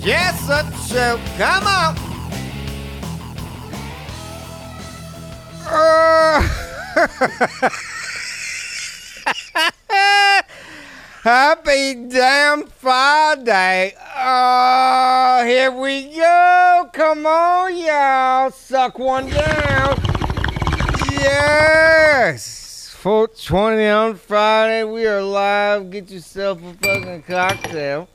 Jessup Show. Come on. Uh, Happy damn Friday. Oh, here we go. Come on, y'all. Suck one down. Yes. 420 on Friday. We are live. Get yourself a fucking cocktail.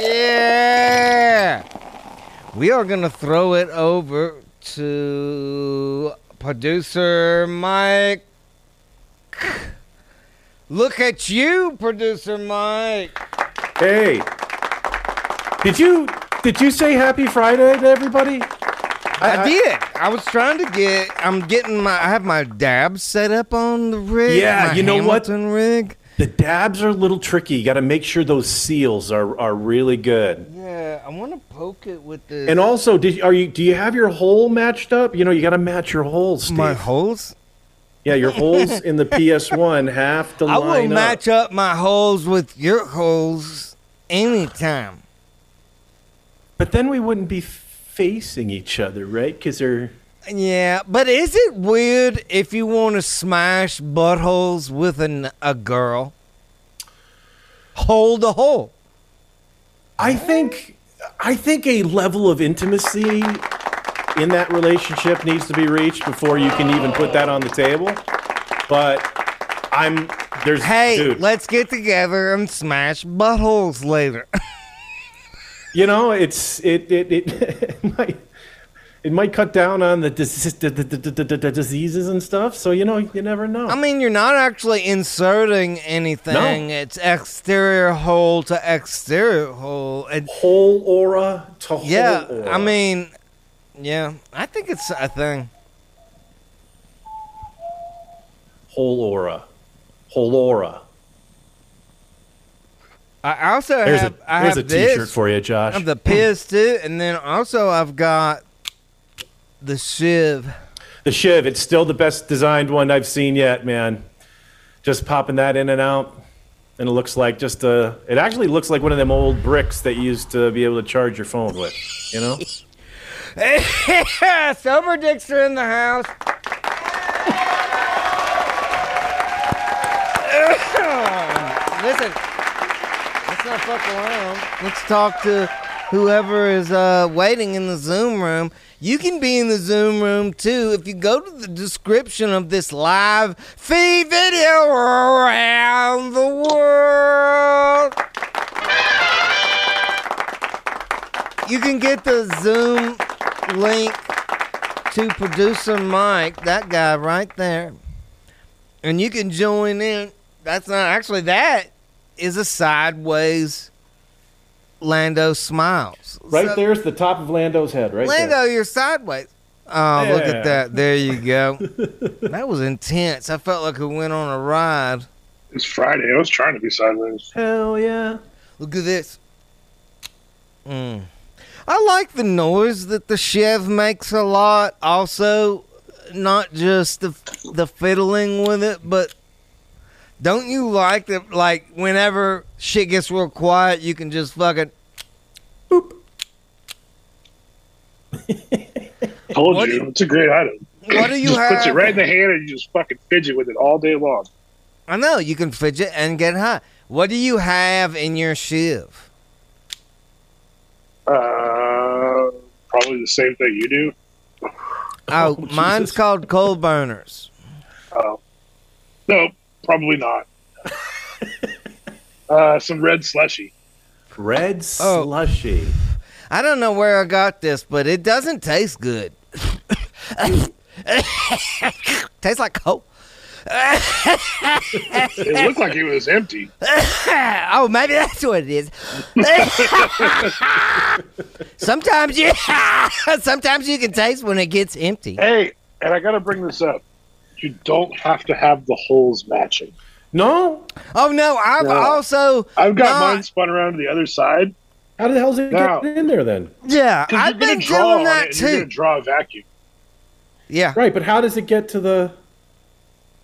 Yeah. We are going to throw it over to producer Mike. Look at you, producer Mike. Hey, did you did you say Happy Friday to everybody? I, did. I was trying to get. I'm getting my. I have my dab set up on the rig. Yeah, my you know what? Hamilton Rig. The dabs are a little tricky. You got to make sure those seals are are really good. Yeah, I want to poke it with the And also, did are you do you have your hole matched up? You know, you got to match your holes. Steve. my holes. yeah, your holes in the PS1 have to I line will up. match up my holes with your holes anytime. But then we wouldn't be facing each other, right? Because they're Yeah, but is it weird if you want to smash buttholes with an, a girl? Hold a hole. I think I think a level of intimacy in that relationship needs to be reached before you can even put that on the table. But I'm there's Hey, dude, let's get together and smash buttholes later. you know it's it it it, it might it might cut down on the dis- d- d- d- d- d- d- diseases and stuff. So you know you never know. I mean, you're not actually inserting anything. It's exterior hole to exterior hole. And whole aura to whole yeah, aura. I mean, yeah, I think it's a thing. whole aura, whole aura. I also There's have a I there's have a this. t-shirt for you, I Josh. have the piss too, and then also I've got the shiv. The Shiv, it's still the best designed one I've seen yet, man. Just popping that in and out. And it looks like just a, it actually looks like one of them old bricks that you used to be able to charge your phone with, you know? Sober dicks are in the house. Listen, let's not fuck around. Let's talk to whoever is uh, waiting in the Zoom room. You can be in the Zoom room too if you go to the description of this live feed video around the world. You can get the Zoom link to producer Mike, that guy right there, and you can join in. That's not actually that is a sideways Lando smiles. Right So, there's the top of Lando's head, right Lando, there. you're sideways. Oh, look Yeah. at that! There you go. that was intense. I felt like I went on a ride. It's Friday. I was trying to be sideways. Hell yeah. Look at this. Mm. I like the noise that the chef makes a lot. Also, not just the the fiddling with it, but don't you like that? Like whenever shit gets real quiet, you can just fucking. Told What- you, it's a great item. What do you just have? puts it right in the hand, and you just fucking fidget with it all day long. I know you can fidget and get high. What do you have in your shiv? Uh, probably the same thing you do. Oh, Oh, mine's Jesus. called coal burners. Uh, no, probably not. uh, some red slushy. Red Oh. slushy. I don't know where I got this, but it doesn't taste good. Tastes like coke. It looked like it was empty. oh, maybe that's what it is. sometimes you, sometimes you can taste when it gets empty. Hey, and I got to bring this up. You don't have to have the holes matching. No? Oh no, I've No. also I've got No. mine spun around to the other side How the hell's it No. getting in there then? yeah, because you're I've going been to draw doing on that it. And you're going too. to draw a vacuum Yeah, Right, but how does it get to the?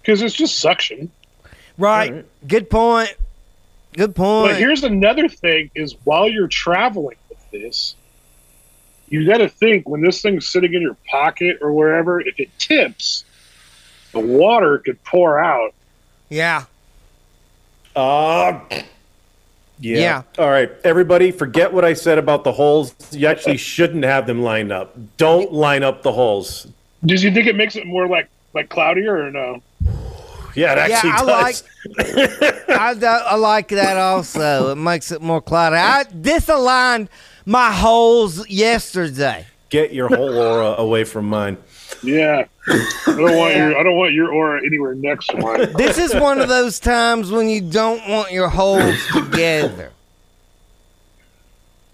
because it's just suction. right. Alright. Good point. Good point. But here's another thing: is while you're traveling with this, you got to think when this thing's sitting in your pocket or wherever. If it tips, the water could pour out. yeah, Uh, yeah. Yeah. All right, everybody, forget what I said about the holes. You actually shouldn't have them lined up. Don't line up the holes. Does you think it makes it more like like cloudier or no? Yeah, it actually I does. I, do- I like that also. It makes it more cloudy. I disaligned my holes yesterday. Get your whole aura away from mine. Yeah, I don't want your I don't want your aura anywhere next to mine. This is one of those times when you don't want your holes together.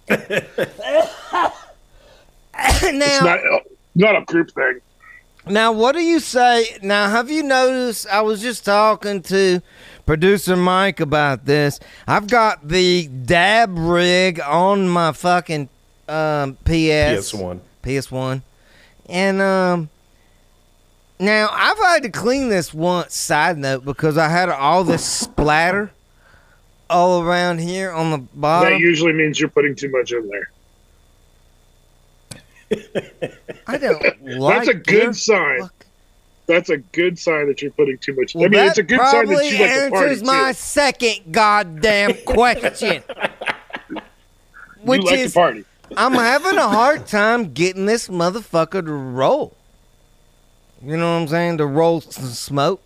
now, It's not not a group thing. Now, what do you say? Now, have you noticed? I was just talking to producer Mike about this. I've got the dab rig on my fucking um, PS PS1. PS1, and um, now I've had to clean this once. Side note, because I had all this splatter all around here on the That bottom. usually means you're putting too much in there. I don't like. That's a your good sign. fuck- That's a good sign that you're putting too much. Well, I mean, that it's a good sign probably that you like to party answers too. my second goddamn question, You which like is to party. I'm having a hard time getting this motherfucker to roll. You know what I'm saying? To roll some smoke.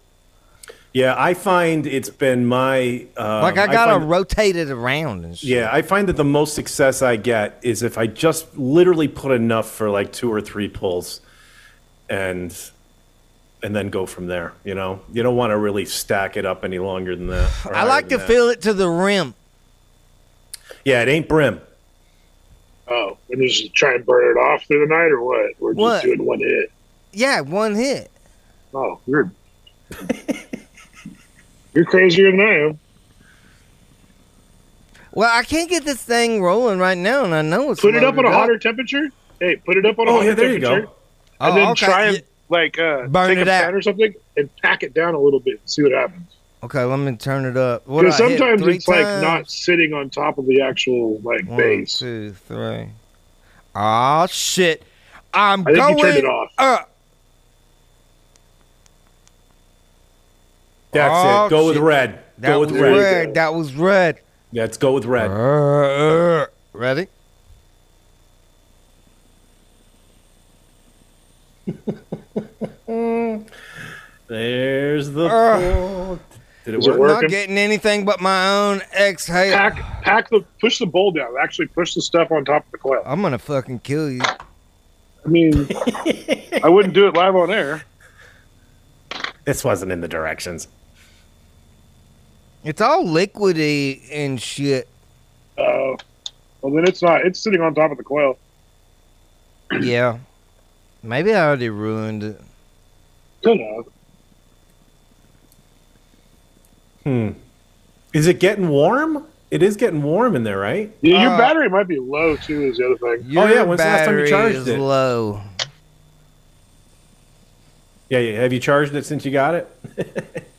Yeah, I find it's been my um, Like I gotta find- rotate it around and shit. Yeah, I find that the most success I get is if I just literally put enough for like two or three pulls, and and then go from there. You know, you don't want to really stack it up any longer than that. or I higher like to than that. feel it to the rim. Yeah, it ain't brim. Oh, and you just try and burn it off through the night or what? We're just What? doing one hit. Yeah, one hit. Oh, you're you're crazier than I am. Well, I can't get this thing rolling right now, and I know it's Put it up on loaded a hotter temperature. Hey, put it up on a Oh hotter yeah, there you temperature, go. Oh, and then okay. try and yeah. like uh, Burn take it a out. pan or something and pack it down a little bit and see what happens. Okay, let me turn it up. What Because do I hit? sometimes Three it's like times? not sitting on top of the actual like One, base. two, three. Oh shit! I'm I think going you turned it off. up. That's Oh, it. Go with shit. red. That Go with was red. red. red. That was red. Let's go with red. Uh, ready? There's the. Uh. pull. Did it Is it work? work? Not Working. getting anything but my own exhale. Pack, pack the push the bowl down. Actually, push the stuff on top of the coil. I'm gonna fucking kill you. I mean, I wouldn't do it live on air. This wasn't in the directions. It's all liquidy and shit. Uh, well, then it's not. It's sitting on top of the coil. yeah. Maybe I already ruined it. Oh, Don't know. Hmm. Is it getting warm? It is getting warm in there, right? Yeah, your Uh, battery might be low too. Is the other thing. Your yeah, when's the last time you battery charged is it? low. Yeah, yeah. Have you charged it since you got it?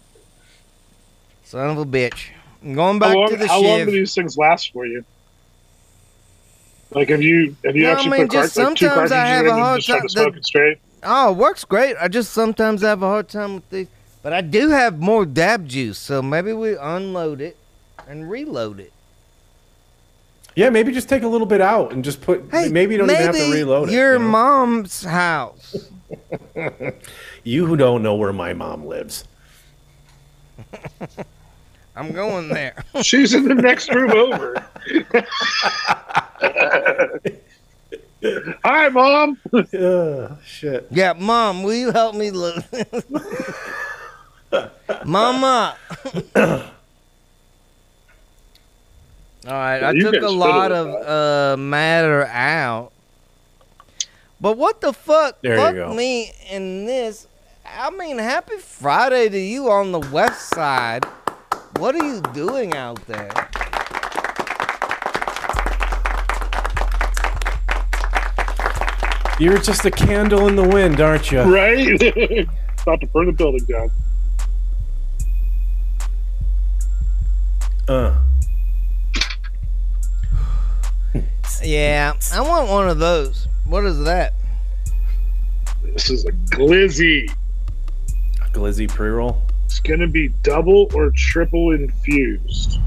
Son of a bitch. I'm going back How long? to the How long do shift. these things last for you? Like, have you have you No, I actually mean, put cart- just like two sometimes cartridges I have in a and hard just try time- to smoke it straight? Oh, it works great. I just sometimes have a hard time with these, but I do have more dab juice, so maybe we unload it and reload it. Yeah, maybe just take a little bit out and just put. Hey, maybe you don't even have to maybe reload Your it. you know? mom's house. You who don't know where my mom lives. I'm going there. She's in the next room over. Hi, mom. Ugh, shit. yeah, mom, will you help me load? Mama. All right, Yeah, I you took can a spit lot it of uh, matter out, but what the fuck? There you fuck go. me in this. I mean, happy Friday to you on the West Side. What are you doing out there? You're just a candle in the wind, aren't you? Right? About to burn the building down. Uh, Yeah, I want one of those. What is that? This is a glizzy. glizzy pre-roll. It's going to be double or triple infused.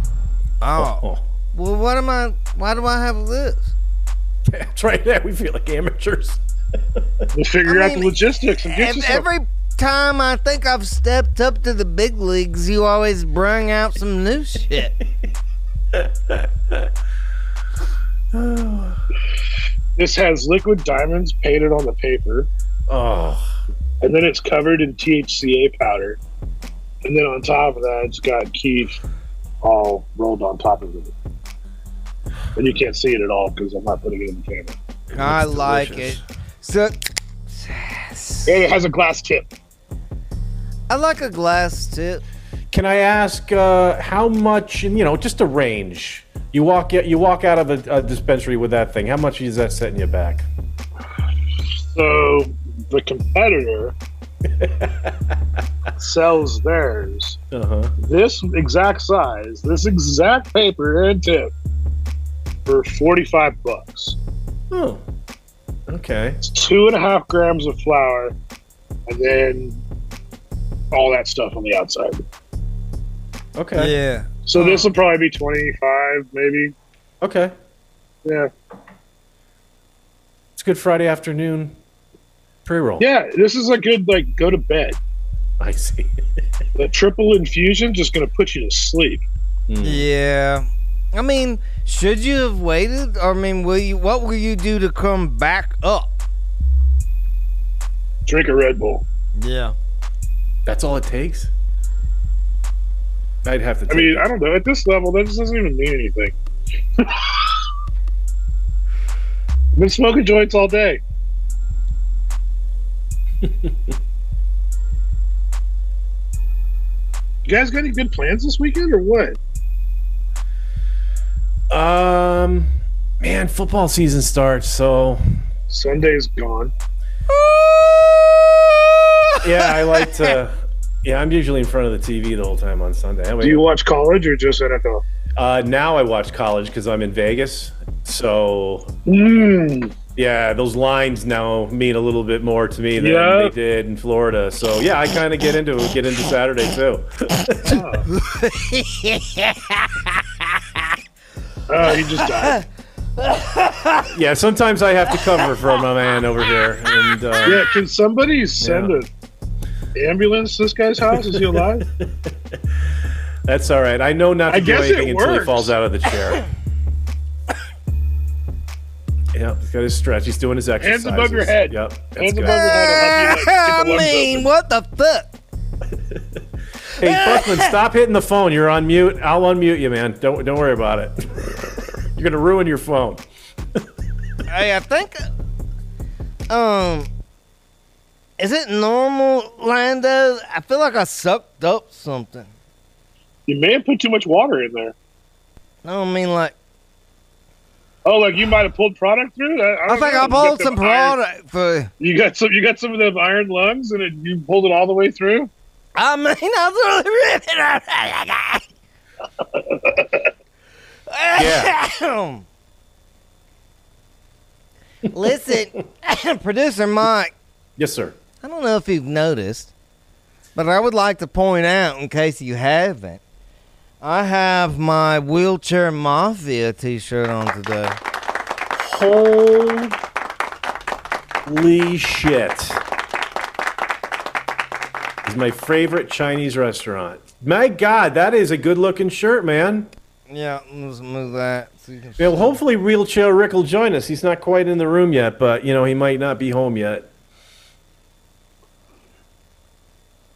Oh, well, what am I? Why do I have this? That's right. Yeah, we feel like amateurs. We'll figure I out mean, the logistics and get And you some. every time I think I've stepped up to the big leagues, you always bring out some new shit. This has liquid diamonds painted on the paper, Oh, and then it's covered in THCA powder. And then on top of that, it's got Keith all rolled on top of it. And you can't see it at all because I'm not putting it in the camera. I like delicious. it. So, And it has a glass tip. I like a glass tip. can I ask uh, how much? And you know, just a range. You walk you walk out of a, a dispensary with that thing. How much is that setting you back? So the competitor sells theirs Uh huh. this exact size, this exact paper and tip for 45 bucks. Oh. Okay. It's two and a half grams of flour and then all that stuff on the outside. Okay. Yeah. So this will probably be 25, maybe. Okay. Yeah. It's good Friday afternoon pre-roll. Yeah, this is a good, like, go to bed. I see. The triple infusion just going to put you to sleep. Mm. Yeah. I mean, should you have waited? I mean, will you? What will you do to come back up? Drink a Red Bull. Yeah. That's all it takes. I'd have to. I Take mean, I don't know. At this level, that just doesn't even mean anything. I've been smoking joints all day. you guys got any good plans this weekend or what? Um, man, football season starts, so Sunday's gone. yeah, I like to. Yeah, I'm usually in front of the TV the whole time on Sunday. Anyway, Do you watch college or just NFL? uh, now I watch college because I'm in Vegas, so Mm, yeah, those lines now mean a little bit more to me than Yeah. they did in Florida. So yeah, I kind of get into it, get into Saturday too. oh, he just died. yeah, sometimes I have to cover for my man over here, and uh, Yeah, can somebody send Yeah. an ambulance to this guy's house? Is he alive? that's all right. I know not to I do guess it anything until he works. falls out of the chair. Yeah, he's got his stretch. He's doing his exercises. Hands above your head. Yep. that's Hands good. above your head. will help you, like, I get the lungs mean, open. what the fuck? Hey, Buckman, stop hitting the phone. You're on mute. I'll unmute you, man. Don't don't worry about it. You're gonna ruin your phone. Hey, I think, um, is it normal, Lando? I feel like I sucked up something. You may have put too much water in there. I don't mean like Oh, like you might have pulled product through. I, I I don't think know. I You got bought them some iron- product for. You got some. You got some of them iron lungs, and it, you pulled it all the way through. I mean, I was really ripping. Yeah. Listen, producer Mike. Yes, sir. I don't know if you've noticed, but I would like to point out, in case you haven't, I have my Wheelchair Mafia t shirt on today. Holy shit! It's my favorite Chinese restaurant. My God, that is a good-looking shirt, man. Yeah, let's move that. So you can Yeah, well, hopefully, wheelchair Rick will join us. He's not quite in the room yet, but you know he might not be home yet.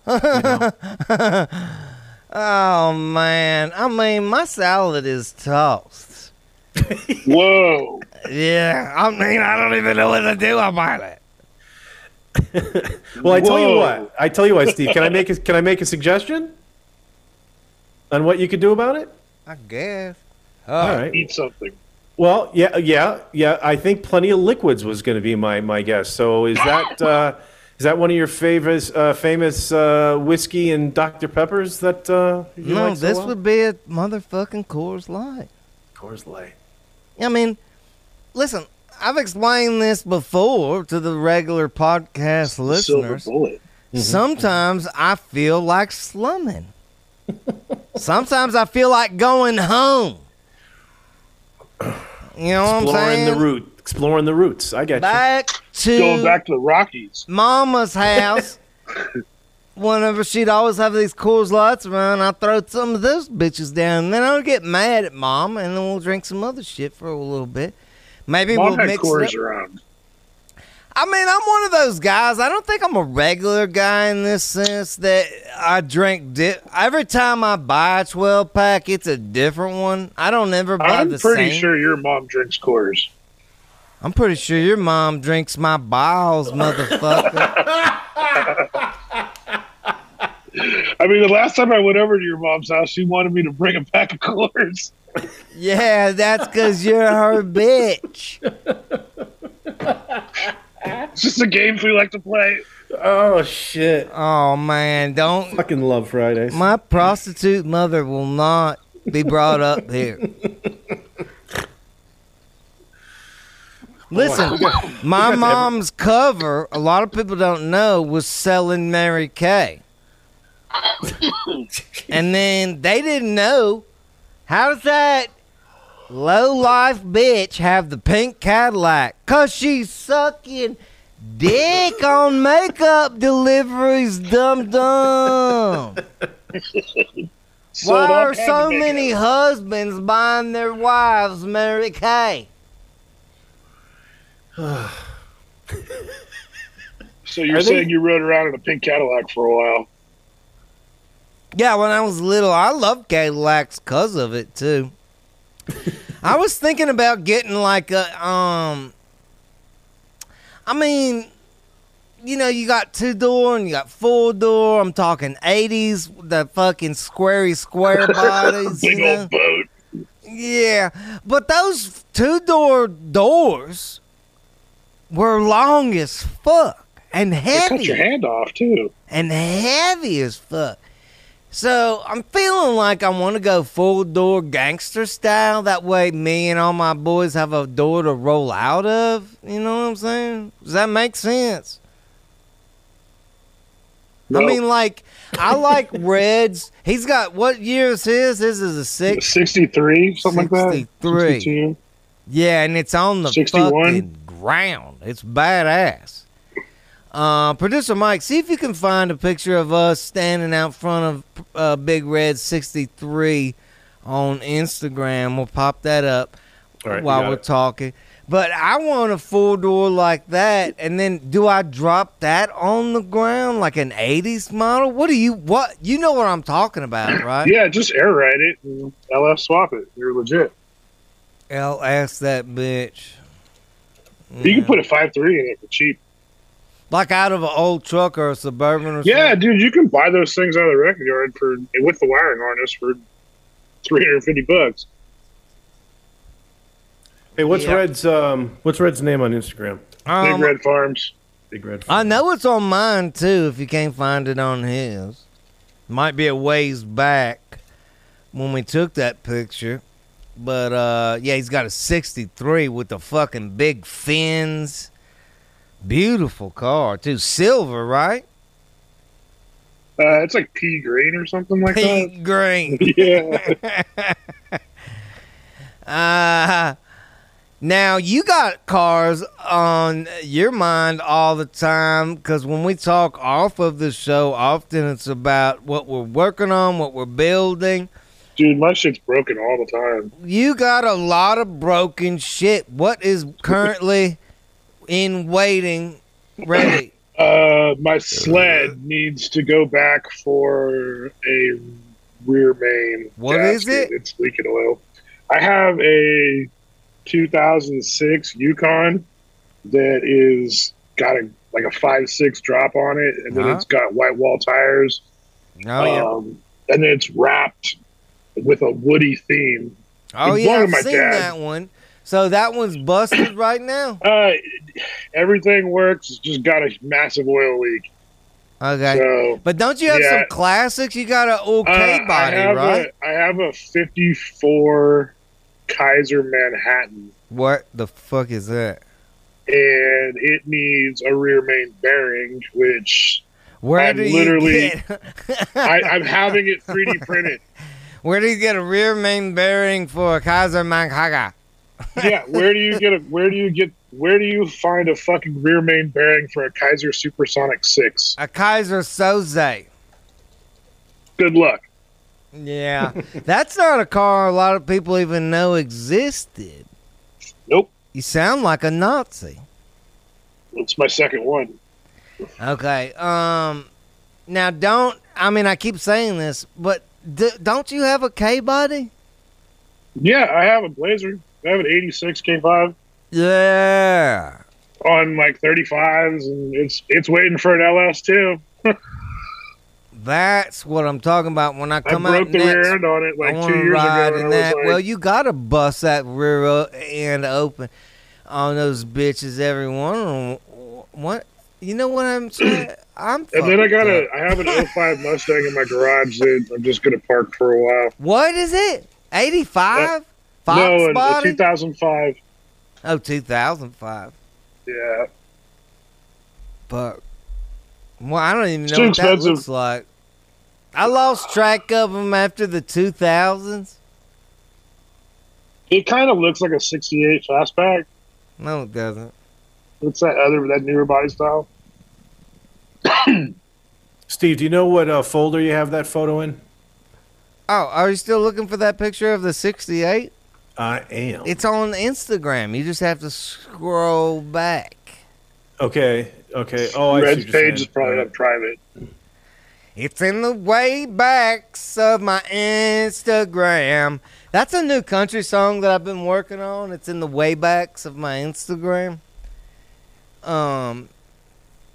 Oh man, I mean my salad is tossed. Whoa. Yeah, I mean I don't even know what to do about it. Well, I tell you Whoa. what. I tell you what, Steve. Can I make a, can I make a suggestion on what you could do about it? I guess. Uh, All right. Eat something. Well, yeah, yeah, yeah. I think plenty of liquids was going to be my my guess. So is that uh, is that one of your favorites, uh, famous uh, whiskey and Dr Peppers that uh, you no, like so this well? would be a motherfucking Coors Light. Coors Light. I mean, listen, I've explained this before to the regular podcast Silver listeners. bullet. Sometimes I feel like slumming. Sometimes I feel like going home. You know what I'm Exploring saying? the root, exploring the roots. I got you. Back to Going back to the Rockies. mama's house. Whenever she'd always have these Coors Lights around, I'd throw some of those bitches down, and then I'll get mad at mom, and then we'll drink some other shit for a little bit. Maybe Mom we'll had mix it up. cores around. I mean, I'm one of those guys. I don't think I'm a regular guy in this sense that I drink. Di- Every time I buy a 12 pack, it's a different one. I don't ever buy I'm the pretty same. sure your mom drinks cores. I'm pretty sure your mom drinks my balls, motherfucker. I mean, the last time I went over to your mom's house, she wanted me to bring a pack of cores. yeah, that's because you're her bitch. It's just a game we like to play. Oh shit! Oh man, don't Fucking love Fridays. my prostitute mother will not be brought up here. Listen, my mom's cover, a lot of people don't know, was selling Mary Kay. and then they didn't know how does that low life bitch have the pink Cadillac? Cause she's sucking dick on makeup deliveries, dum dum. Sold Why all are kinds of so makeup. many husbands buying their wives Mary Kay? So you're Are they- saying you rode around in a pink Cadillac for a while? Yeah, when I was little, I loved Cadillacs because of it too. I was thinking about getting like a um. I mean, you know, you got two door and you got four door. I'm talking '80s, the fucking squarey square bodies. Big you know? old boat. Yeah, but those two door doors were long as fuck and They cut your heavy hand off too. and heavy as fuck. So I'm feeling like I want to go full door gangster style. That way, me and all my boys have a door to roll out of. You know what I'm saying? Does that make sense? No, I mean, like, I like Reds. He's got what year is his? His is a six. 63, something like that. 63. Yeah, and it's on the 61. fucking ground. It's badass. Uh, Producer Mike, see if you can find a picture of us standing out front of uh, Big Red 63 on Instagram. We'll pop that up All right, you while got we're it. talking. But I want a full door like that, and then do I drop that on the ground like an '80s model? What do you what you know what I'm talking about, right? Yeah, just air ride it and LF swap it. You're legit. I'll ask that bitch. You can put a five three in it for cheap. Like out of an old truck or a suburban or Yeah, something. dude, you can buy those things out of the record yard for with the wiring harness for 350 bucks. Hey, what's Yeah. Red's um, what's Red's name on Instagram? Um, Big Red Farms. Big Red. I know it's on mine too. If you can't find it on his, might be a ways back when we took that picture. But uh, yeah, he's got a '63 with the fucking big fins. Beautiful car too, silver, right? Uh, it's like pea green or something like that. Pink green. yeah. Uh, now you got cars on your mind all the time because when we talk off of the show, often it's about what we're working on, what we're building. Dude, my shit's broken all the time. You got a lot of broken shit. What is currently in waiting, ready Uh, my sled needs to go back for a rear main. What is it? It's leaking oil. I have a 2006 Yukon that is got a like a five six drop on it, and then Uh-huh. it's got white wall tires. Oh yeah. um, and then it's wrapped with a woody theme. Oh it's yeah. one of I've my seen dad. that one. So that one's busted right now. Uh, everything works. It's just got a massive oil leak. Okay. So But don't you have Yeah. some classics? You got an okay Uh, body, I have right? A, I have a 54 Kaiser Manhattan, What the fuck is that? and it needs a rear main bearing, which Where I'm do you literally- get? I, I'm having it 3D printed. Where do you get a rear main bearing for a Kaiser Manhaga? Yeah, where do you get a? Where do you get? Where do you find a fucking rear main bearing for a Kaiser Supersonic Six? A Kaiser Soze. Good luck. Yeah, that's not a car a lot of people even know existed. Nope, You sound like a Nazi. it's my second one. Okay. Um. Now, don't. I mean, I keep saying this, but d- don't you have a K body? Yeah, I have a Blazer. I have an '86 K5 Yeah. on like 35s, and it's it's waiting for an LS too. That's what I'm talking about. When I I come broke out the next, rear end on it I like want two to years ride ago. in And I was that. like, well, you got to bust that rear o- end open on those bitches. Every one of 'em. What? You know what I'm saying? I'm. and then I fucked got up. a, I have an 05 Mustang in my garage that I'm just gonna park for a while. What is it? 85? Fox no, uh, a- a, body? 2005. oh, 2005. Yeah, Fuck. Well, I don't even It's know too what that expensive. looks like. I lost track of them after the 2000s. it kind of looks like a '68 fastback. No, it doesn't. It's that other that newer body style. Steve, do you know what uh, folder you have that photo in? Oh, are you still looking for that picture of the 68? I am. It's on Instagram. You just have to scroll back. okay. Okay. Oh, I see what Red's you're page saying. is probably Uh, on private. It's in the way backs of my Instagram. That's a new country song that I've been working on. It's in the way backs of my Instagram. Um,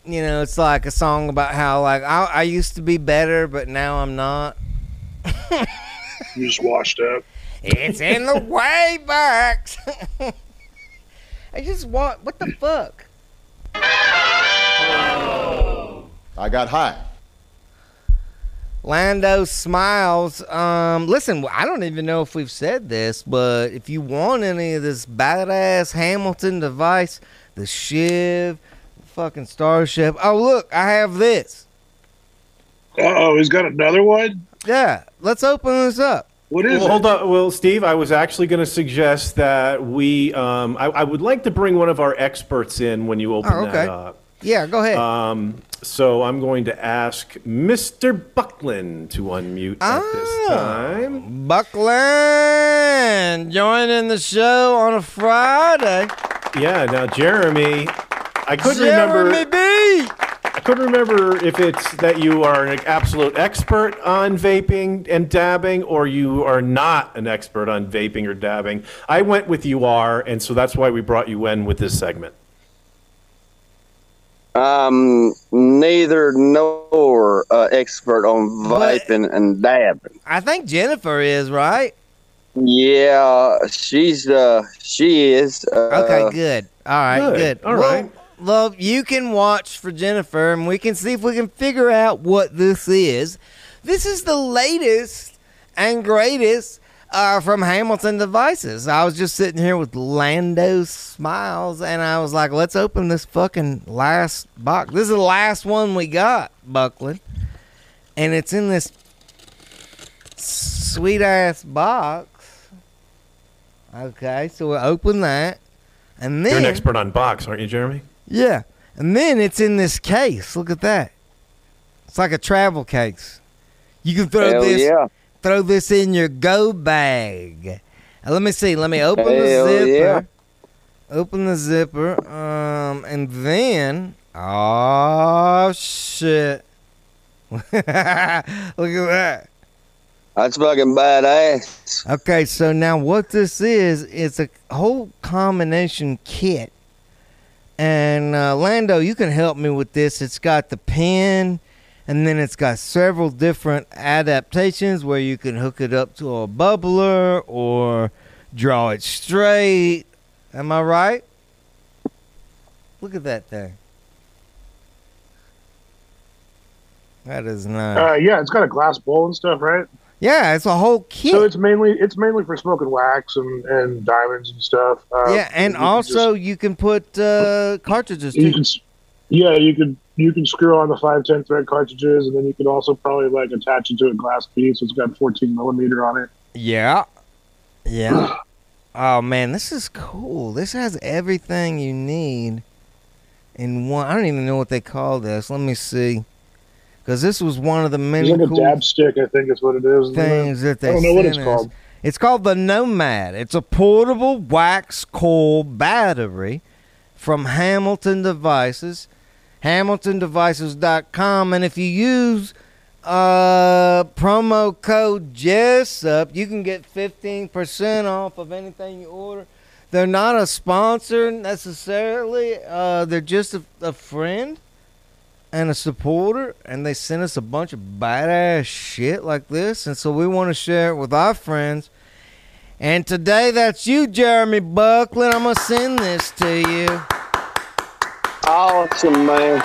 you know, it's like a song about how like I, I used to be better, but now I'm not. You just washed up. It's in the way backs. I just want what the fuck. I got high. Lando smiles. Um, listen, I don't even know if we've said this, but if you want any of this badass Hamilton device, the Shiv, fucking Starship. Oh, look, I have this. Uh oh, he's got another one. Yeah, let's open this up. What is Well, it? hold on. Well, Steve, I was actually going to suggest that we. Um, I, I would like to bring one of our experts in when you open Oh, okay. that up. Yeah, go ahead. Um, so I'm going to ask Mr. Buckland to unmute at Ah. this time. Buckland joining the show on a Friday. Yeah. Now, Jeremy, I couldn't Jeremy remember. B. I couldn't remember if it's that you are an absolute expert on vaping and dabbing, or you are not an expert on vaping or dabbing. I went with you are, and so that's why we brought you in with this segment. Um, neither nor uh, expert on vaping and dabbing. I think Jennifer is right. Yeah, she's uh, she is. Uh, Okay, good. All right, good. good. All well, right. Well, you can watch for Jennifer, and we can see if we can figure out what this is. This is the latest and greatest uh, from Hamilton Devices. I was just sitting here with Lando Smiles, and I was like, let's open this fucking last box. This is the last one we got, Buckland. And it's in this sweet ass box. Okay, so we'll open that. And then You're an expert on box, aren't you, Jeremy? yeah. And then it's in this case. Look at that. It's like a travel case. You can throw Hell this yeah! throw this in your go bag. Now, let me see. Let me open the Hell zipper. yeah. Open the zipper. Um and then Oh shit! Look at that. That's fucking badass. Okay, so now what this is, it's a whole combination kit. And uh, Lando, you can help me with this. It's got the pen, and then it's got several different adaptations where you can hook it up to a bubbler or draw it straight. Am I right? Look at that thing. That is nice. Uh, yeah, it's got a glass bowl and stuff, right? Yeah, it's a whole kit. So it's mainly it's mainly for smoking wax and, and diamonds and stuff. Uh, yeah, and you can also you can put uh, cartridges just- you too. can, s- yeah, you could you can screw on the five ten thread cartridges, and then you can also probably like attach it to a glass piece. It's got fourteen millimeter on it. Yeah, yeah. oh man, this is cool. This has everything you need in one. I don't even know what they call this. Let me see, because this was one of the It's many like a cool dab stick, I think is what it is. isn't it? things that they I don't know what it's sent us. called. It's called the Nomad. It's a portable wax coil battery from Hamilton Devices, hamiltondevices.com. And if you use uh, promo code JESSUP, you can get 15% off of anything you order. They're not a sponsor necessarily, uh, they're just a, a friend and a supporter, and they sent us a bunch of badass shit like this, and so we want to share it with our friends. And today, that's you, Jeremy Buckland. I'm gonna send this to you. Awesome, man.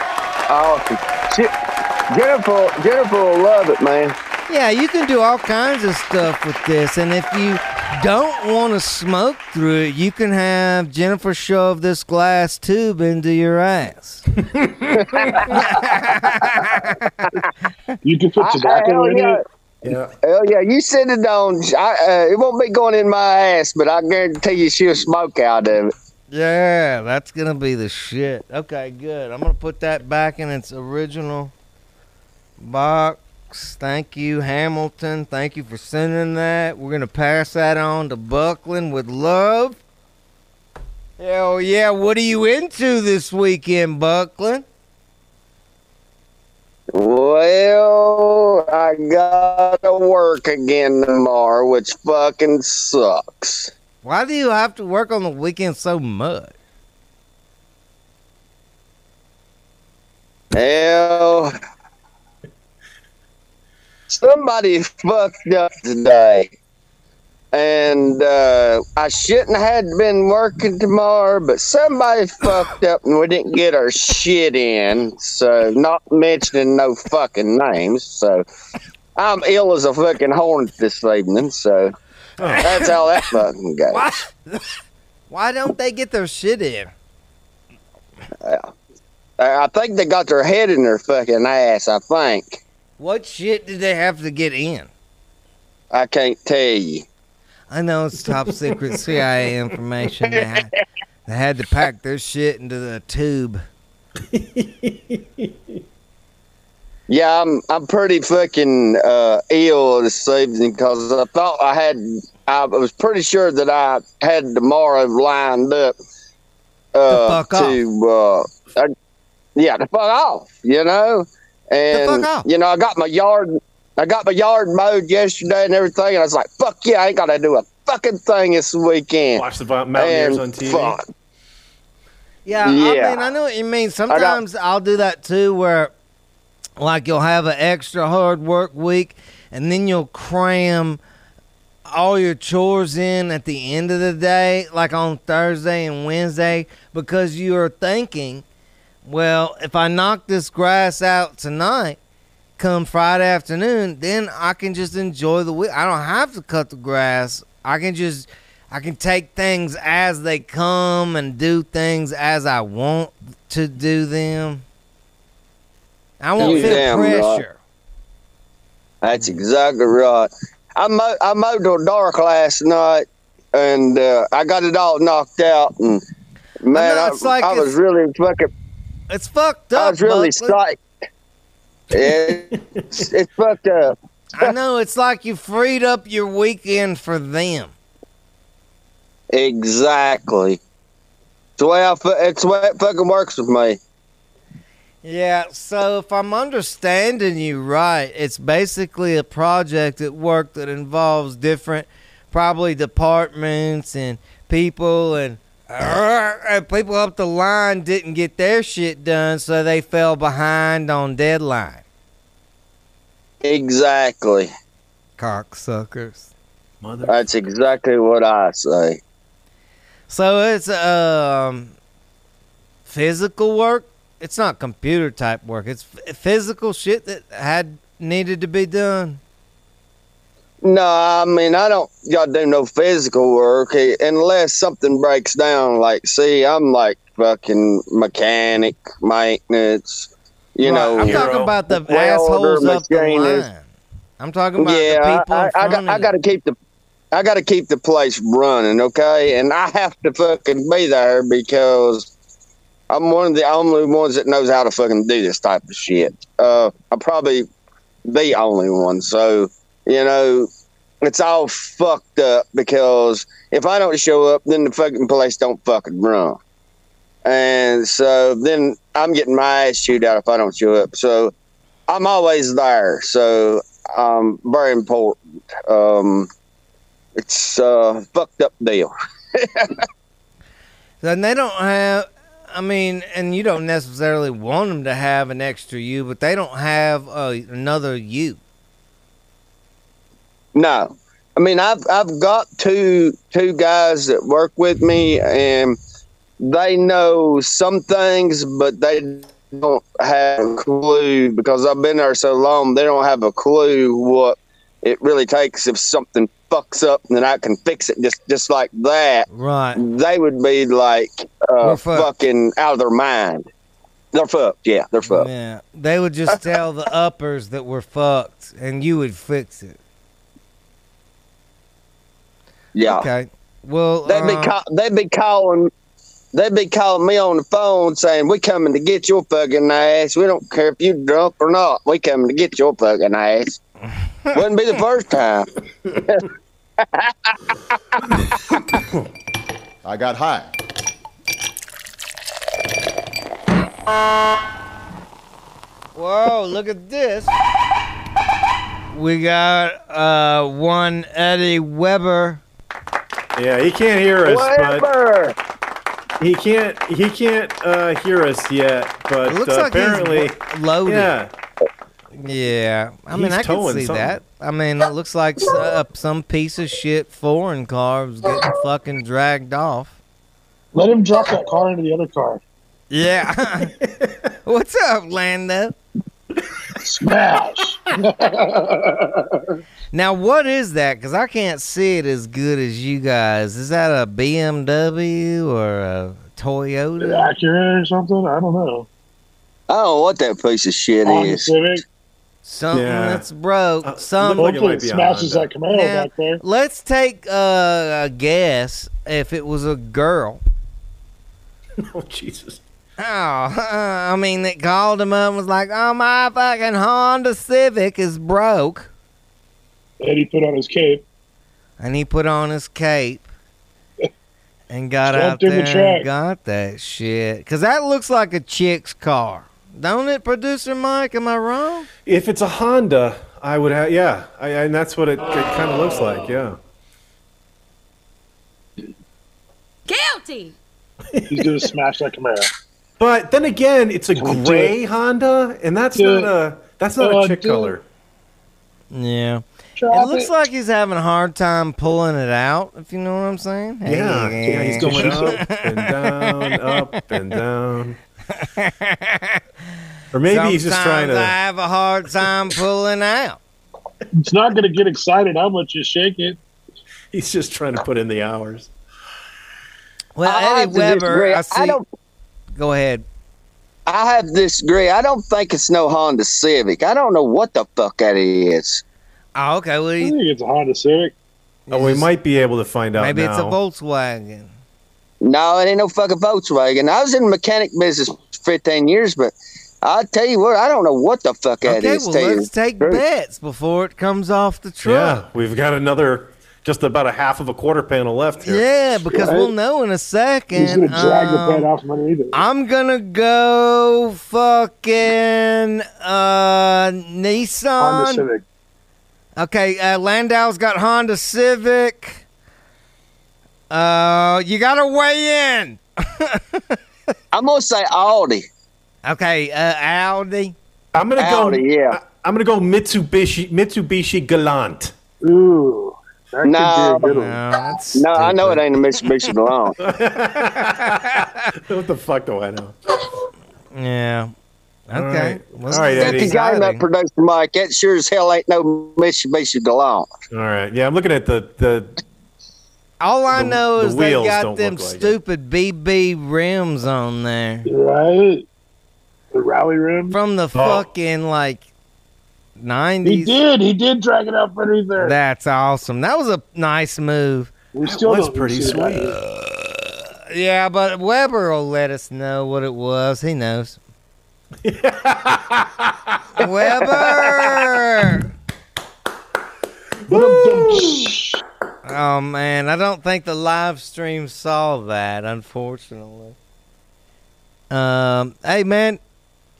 Awesome. She, Jennifer, Jennifer will love it, man. Yeah, you can do all kinds of stuff with this, and if you don't want to smoke through it, you can have Jennifer shove this glass tube into your ass. You can put I- tobacco Ah, hell in yeah. it. Yeah. Hell yeah, you send it on. I, uh, it won't be going in my ass, but I guarantee you she'll smoke out of it. Yeah, that's gonna be the shit. Okay, good. I'm gonna put that back in its original box. Thank you, Hamilton. Thank you for sending that. We're gonna pass that on to Buckland with love. Hell yeah, what are you into this weekend, Buckland? Well, I gotta work again tomorrow, which fucking sucks. Why do you have to work on the weekend so much? Hell. Somebody fucked up today. And uh, I shouldn't have been working tomorrow, but somebody fucked up and we didn't get our shit in. So, not mentioning no fucking names. So, I'm ill as a fucking hornet this evening. So, that's how that fucking goes. Why, why don't they get their shit in? I I think they got their head in their fucking ass, I think. What shit did they have to get in? I can't tell you. I know it's top secret CIA information. They had, they had to pack their shit into the tube. Yeah, I'm I'm pretty fucking uh, ill this evening because I thought I had I was pretty sure that I had tomorrow lined up uh, fuck off. to uh, I, yeah to fuck off, you know, and fuck off. you know I got my yard I got my yard mowed yesterday and everything, and I was like, fuck yeah, I ain't gotta do a fucking thing this weekend. Watch the Vo- Mountaineers on And TV. fuck. Yeah, I Yeah. mean, I know what you mean. Sometimes I'll do that too, where like you'll have an extra hard work week, and then you'll cram all your chores in at the end of the day, like on Thursday and Wednesday, because you are thinking, well, if I knock this grass out tonight, come Friday afternoon, then I can just enjoy the week. I don't have to cut the grass. I can just I can take things as they come and do things as I want to do them. I won't You feel damn right. pressure. That's exactly right. I mo- I mowed till dark last night, and uh, I got it all knocked out. And man, know, I, it's like I it's- was really fucking. It's fucked up. I was really Buckley. psyched. It's, it's fucked up. I know it's like you freed up your weekend for them. Exactly. It's the way I. fu- It's the way it fucking works with me. Yeah, so if I'm understanding you right, it's basically a project at work that involves different, probably departments and people, and, uh, and people up the line didn't get their shit done, so they fell behind on deadline. Exactly. Cocksuckers. Mother. That's exactly what I say. So it's um physical work. It's not computer type work. It's f- physical shit that had needed to be done. No, I mean I don't gotta do no physical work eh, unless something breaks down. Like, see, I'm like fucking mechanic maintenance. You Right, know, I'm hero. talking about the Welder, assholes up the machinist. line. I'm talking about the yeah, people I, in I, I front got, of I you. got to keep the, I got to keep the place running, okay? And I have to fucking be there because I'm one of the only ones that knows how to fucking do this type of shit. Uh, I'm probably the only one, so you know, it's all fucked up because if I don't show up, then the fucking place don't fucking run. And so then I'm getting my ass chewed out if I don't show up. So I'm always there. So um, very important. Um, it's a fucked up deal. Then they don't have. I mean, and you don't necessarily want them to have an extra you, but they don't have uh, another you. No, I mean I've I've got two two guys that work with me, and they know some things, but they don't have a clue because I've been there so long. They don't have a clue what it really takes if something fucks up, and then I can fix it just just like that. Right. They would be like uh, We're fucked. fucking out of their mind. They're fucked. Yeah, they're fucked. Yeah. They would just tell the uppers that we're fucked, and you would fix it. Yeah. Okay. Well, They'd be uh, call- they'd be calling they'd be calling me on the phone saying, We coming to get your fucking ass. We don't care if you drunk or not, we coming to get your fucking ass. Wouldn't be the first time. I got high. Whoa, look at this. We got uh, one Eddie Weber. Yeah, he can't hear us, but Whatever. he can't he can't uh, hear us yet. But It looks uh, like apparently, he's lo- loaded. Yeah. yeah, I mean, He's I can towing see something. that. I mean, it looks like s- uh, some piece of shit foreign car was getting fucking dragged off. Let him drop that car into the other car. Yeah. What's up, Lando? Smash. Now, what is that? Because I can't see it as good as you guys. Is that a BMW or a Toyota? Acura or something? I don't know. I don't know what that piece of shit Honda is. Civic. Something Yeah. that's broke. Uh, look something like it Hopefully might it be a smashes Honda. that Camaro Now- back there. Let's take uh, a guess if it was a girl. oh Jesus, Oh, I mean, that called him up and was like, oh, my fucking Honda Civic is broke. Eddie put on his cape. And he put on his cape and got out Jumped in the there truck. and got that shit. Because that looks like a chick's car. Don't it, producer Mike? Am I wrong? if it's a Honda, I would have. Yeah, I, and that's what it, it kind of looks like. Yeah. Guilty. He's gonna smash that Camaro. But then again, it's a Dude. gray Honda, and that's Dude. not a that's not Oh, a chick dude. color. Yeah. Drop it looks like he's having a hard time pulling it out, if you know what I'm saying. Yeah, yeah, he's Did going she say- up and down, up and down. Or maybe he's just trying Sometimes I to. have a hard time pulling out. It's not gonna get excited how much you shake it. He's just trying to put in the hours. Well, I Eddie have to disagree. Weber, I I see. don't Go ahead. I have to disagree. I don't think it's no Honda Civic. I don't know what the fuck that is. Oh, okay. What do I you? think it's a Honda Civic. Oh, we might be able to find out. Maybe it's a now. Volkswagen. No, it ain't no fucking Volkswagen. I was in the mechanic business fifteen years, but I tell you what, I don't know what the fuck that okay, is. well tell you let's take the truth. bets before it comes off the Yeah, truck. we've got another just about a half of a quarter panel left here. Yeah, because Right. we'll know in a second. He's gonna drag the Um, bed off my knee. I'm gonna go fucking uh Honda Nissan. Civic. Okay, uh, Landau's got Honda Civic. Uh, you gotta weigh in. I'm gonna say Aldi. Okay, uh, Audi. I'm gonna go. Audi, yeah. I, am gonna go Mitsubishi Mitsubishi Galant. Ooh, that No. could be a good No, one. that's No, I know it stupid. ain't a Mitsubishi Milan. What the fuck do I know? Yeah. Okay. right. All right, Get Eddie. the game up, producer Mike. That sure as hell ain't no Mitsubishi DeLong. All right. Yeah, I'm looking at the the. All I The- know the is they wheels got don't them look like it. stupid BB rims on there Right? The rally rim. from the fucking like He nineties. did. He did drag it up underneath there. That's awesome. That was a nice move. we still was don't pretty see that. sweet. Yeah, but Weber will let us know what it was. He knows. Weber. oh man, I don't think the live stream saw that, unfortunately. Um, hey man,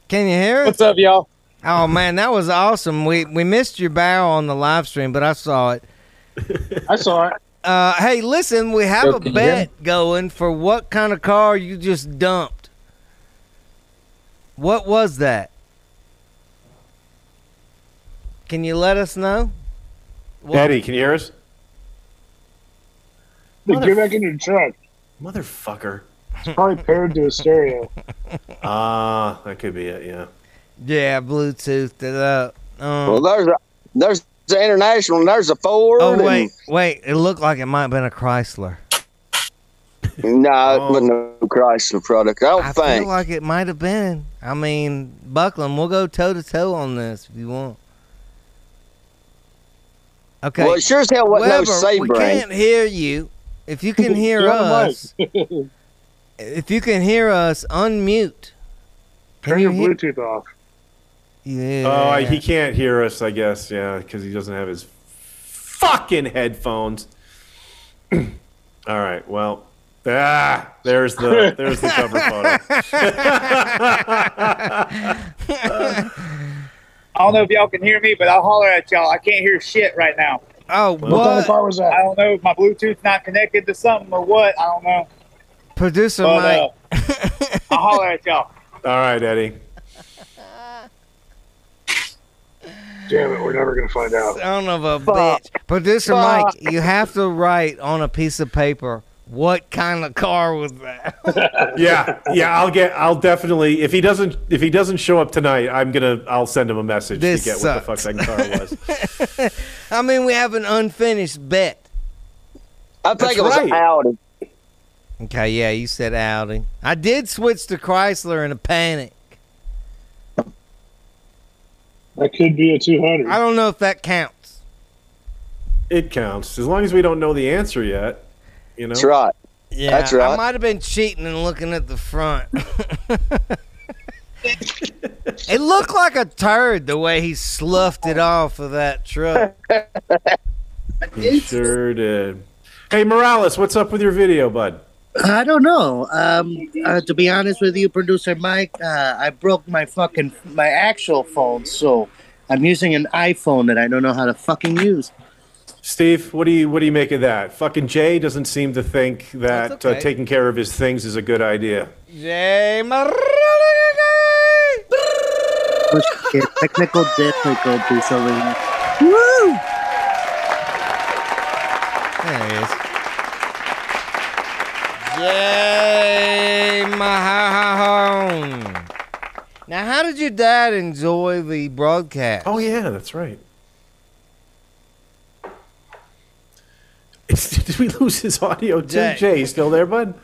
can you hear it? What's up, y'all? Oh man, that was awesome. We we missed your bow on the live stream, but I saw it. I saw it. Uh, hey, listen, we have Yo, a can you hear me? bet going for what kind of car you just dumped. What was that? Can you let us know? What- Eddie, can you hear us? They get back in your truck. Motherfucker. It's probably paired to a stereo. Ah, that could be it. Yeah. Yeah, Bluetoothed it up. Um, Well, there's a, there's the international. And there's a Ford. oh and- wait, wait! It looked like it might have been a Chrysler. No, Oh. it wasn't no Chrysler product. I don't I feel think. like it might have been. I mean, Buckland, we'll go toe to toe on this if you want. Okay. Well, it sure as hell wasn't Weber, no eh? we Sebring. can't hear you. If you can hear You're on the us, if you can hear us, unmute. Can Turn you hear? your Bluetooth off. Yeah. Oh, I- he can't hear us. I guess. Yeah, because he doesn't have his fucking headphones. All right. Well. Ah, there's the there's the cover photo. I don't know if y'all can hear me, but I'll holler at y'all. I can't hear shit right now. oh, What kind of what? car was I that? don't know if my Bluetooth's not connected to something or what. I don't know. Producer But Mike. uh, I'll holler at y'all. All right, Eddie. Damn it, we're never gonna find out. Son of a bitch. Producer Mike, you have to write on a piece of paper what kind of car was that? Yeah, yeah. I'll get. I'll definitely. If he doesn't, if he doesn't show up tonight, I'm gonna. I'll send him a message This to get what sucks. the fuck that car was. I mean, we have an unfinished bet. I think it was That's an right. Audi. Okay, yeah, you said Audi. I did switch to Chrysler in a panic. That could be a two hundred. I don't know if that counts. It counts as long as we don't know the answer yet. You know. That's right. Yeah, That's right. I might have been cheating and looking at the front. it looked like a turd the way he sloughed it off of that truck. He sure did. Hey Morales, what's up with your video, bud? I don't know. Um, uh, to be honest with you, producer Mike, uh, I broke my fucking my actual phone, so I'm using an iPhone that I don't know how to fucking use. Steve, what do you what do you make of that? Fucking Jay doesn't seem to think that That's okay. uh, taking care of his things is a good idea. Jay Mar- Push the technical difficulties over here. There he is. Jay Mahone. Now, how did your dad enjoy the broadcast? Oh yeah, that's right. It's- Did we lose his audio too? Jay. Jay, you still there, bud?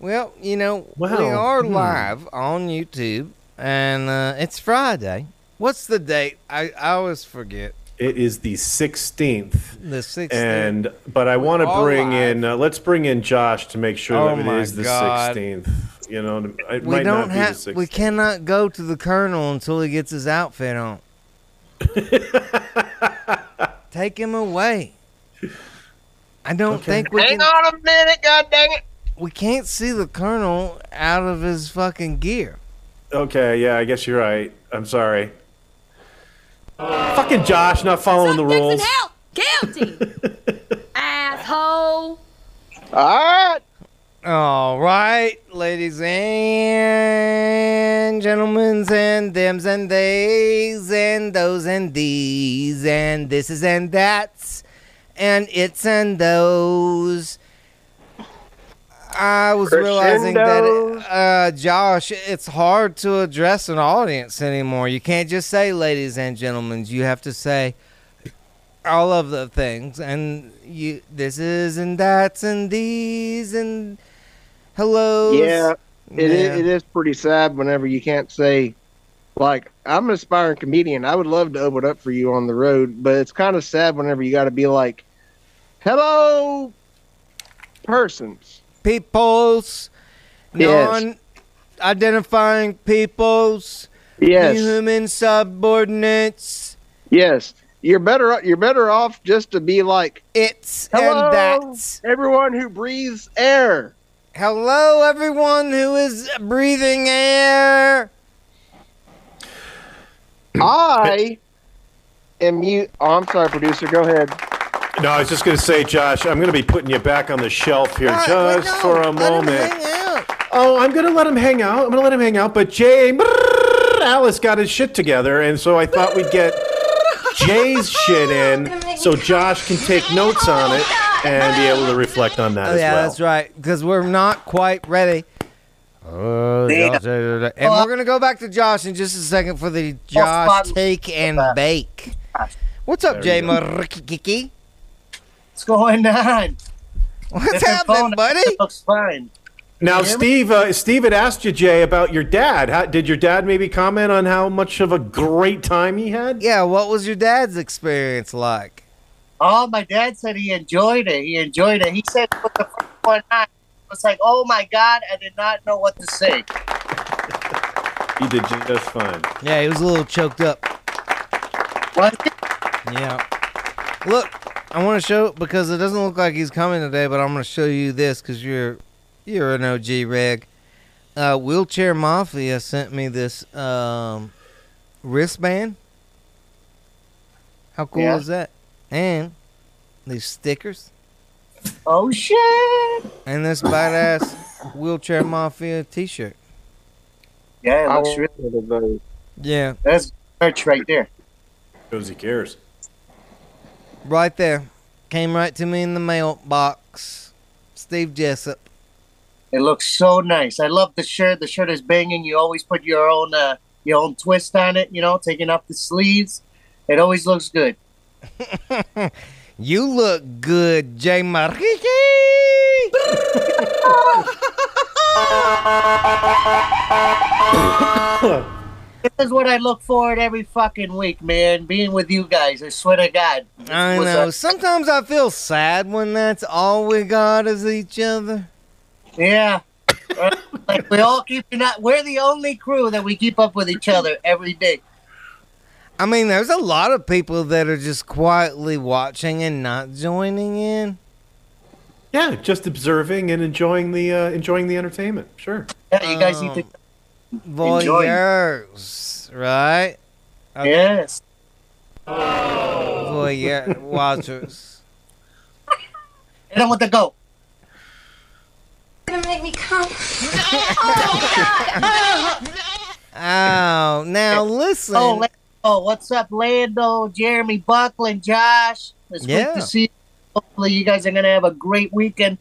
Well, you know, we Wow, are hmm. live on YouTube, and uh, it's Friday. What's the date? I, I always forget. It is the sixteenth. The 16th. And but I want to all bring live. in. Uh, let's bring in Josh to make sure Oh that my it is the God. sixteenth. You know, it we might don't not have. be the We sixteenth. cannot go to the colonel until he gets his outfit on. Take him away. I don't think we Hang can. on a minute, god dang it. We can't see the colonel out of his fucking gear. Okay, yeah, I guess you're right. I'm sorry. Fucking Josh, not following the rules. Guilty. Asshole. Alright. All right, ladies and gentlemen, and thems and theys, and those and these, and this is and that's, and it's and those. I was realizing that Crescendos. uh, Josh, it's hard to address an audience anymore. You can't just say "ladies and gentlemen." You have to say all of the things, and you this is and that's and these and hellos. Yeah, it, i- Yeah. it is pretty sad whenever you can't say, like, I'm an aspiring comedian. I would love to open up for you on the road, but it's kind of sad whenever you got to be like, hello, persons. peoples, Yes. non-identifying peoples, Yes. human subordinates. Yes, you're better. You're better off just to be like it's hello, and that's everyone who breathes air. Hello, everyone who is breathing air. Hmm. I am you. Oh, I'm sorry, producer. Go ahead. No, I was just going to say, Josh, I'm going to be putting you back on the shelf here Ah, just for a moment. Oh, I'm going to let him hang out. I'm going to let him hang out. But Jay, brrr, Alice got his shit together, and so I thought we'd get Jay's shit in so Josh can take notes on it and be able to reflect on that Oh, as yeah, well. that's right. Because we're not quite ready. Oh, Yeah. Josh, da, da, da. And we're going to go back to Josh in just a second for the Josh take and bake. What's up, Jay There we go. Marikiki? What's going on? What's Different phone, happening, buddy? Looks fine. Now, Steve, uh, Steve had asked you, Jay, about your dad. How, did your dad maybe comment on how much of a great time he had? Yeah, what was your dad's experience like? Oh, my dad said he enjoyed it. He enjoyed it. He said what the fuck went on. I was like, oh my god, I did not know what to say. You did just fine. Yeah, he was a little choked up. What? Yeah. Look, I want to show because it doesn't look like he's coming today, but I'm going to show you this because you're you're an OG reg. Uh, Wheelchair Mafia sent me this um, wristband. How cool Yeah. is that? And these stickers Oh shit! and this badass Wheelchair Mafia T-shirt. Yeah, it I looks want really good. Yeah, That's merch right there. Shows he cares. right there. Came right to me in the mailbox. Steve Jessup. It looks so nice. I love the shirt. The shirt is banging. You always put your own uh, your own twist on it. You know, taking off the sleeves. It always looks good. You look good, J. Mariki. This is what I look forward every fucking week, man. Being with you guys. I swear to God. I What's know. up? Sometimes I feel sad when that's all we got is each other. Yeah. like we all keep not. We're the only crew that we keep up with each other every day. I mean, there's a lot of people that are just quietly watching and not joining in. Yeah, just observing and enjoying the uh, enjoying the entertainment. Sure. Yeah, you guys need to enjoy. Um, Voyeurs, right? Okay. Yes. Voyeur watchers. I don't want to go. You're gonna make me come. Oh, now listen. Oh, Lando, what's up, Lando, Jeremy, Buckland, Josh? It's Yeah. great to see you. Hopefully, you guys are going to have a great weekend.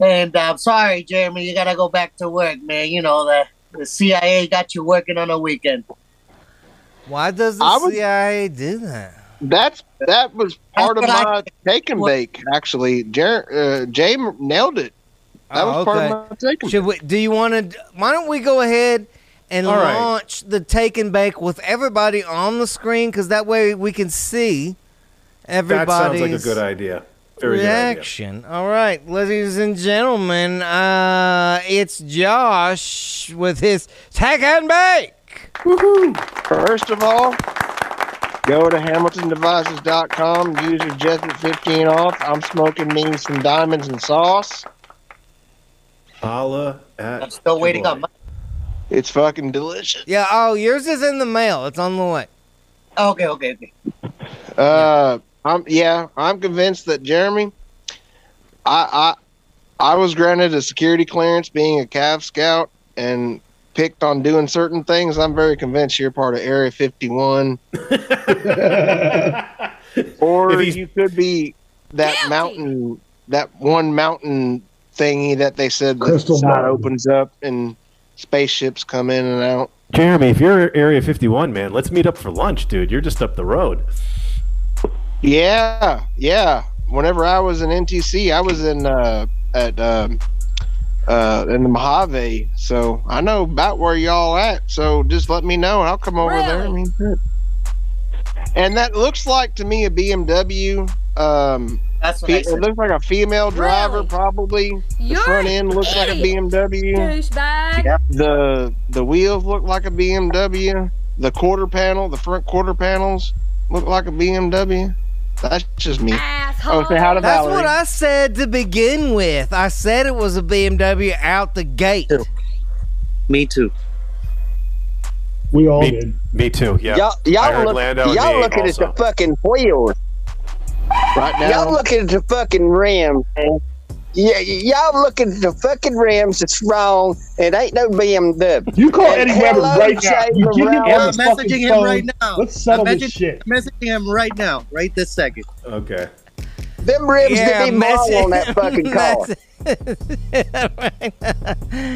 And uh, I'm sorry, Jeremy, you got to go back to work, man. You know, the, the CIA got you working on a weekend. Why does the I would- CIA do that? That's that was part of That's my take and bake. Actually, Jer- uh, Jay nailed it. That Oh, was part of my take. and- Should we, do you want to? Why don't we go ahead and All right. launch the take and bake with everybody on the screen? Because that way we can see That sounds everybody's like a good idea. Very reaction. All right, ladies and gentlemen, uh, it's Josh with his take and bake. First of all, Go to hamiltondevices.com, use your Jesuit15 off. I'm smoking me some diamonds and sauce. Holla at I'm still waiting on my. It's fucking delicious. Yeah. Oh, yours is in the mail. It's on the way. Okay, okay, okay. Uh, I'm yeah, I'm convinced that Jeremy, I I I was granted a security clearance being a Cav Scout and picked on doing certain things. I'm very convinced you're part of Area 51, or you could be that mountain, that one mountain thingy that they said Crystal the side Mountain. opens up and spaceships come in and out. Jeremy, if you're Area 51, man, let's meet up for lunch, dude. You're just up the road. Yeah, yeah. Whenever I was in NTC, I was in uh, at um, uh, in the Mojave, so I know about where y'all at. So just let me know, and I'll come over there. I mean, shit. and that looks like to me a BMW. Um, That's what I it said. looks like a female driver, probably. You're the front an end looks like a idiot. BMW. Douchebag. The the wheels look like a BMW. The quarter panel, the front quarter panels look like a BMW. That's just me. Oh, say how That's to Valerie. what I said to begin with. I said it was a BMW out the gate. Me too. We all Me- did. Me too. Yeah. Y'all, I heard y'all, look, Lando and y'all Dave looking also. at the fucking wheels. Right now, Y'all looking at the fucking rims. man. Yeah, y'all looking at the fucking rims. It's wrong. It ain't no BMW. You call And Eddie hello, Weber right now. Jay You give him Morrell. all I'm the fucking messaging him phone. right now. Let's settle I'm this messaging- shit. messaging him right now, right this second. Okay. Them rims Yeah, yeah, be message- messy. on that fucking car. message-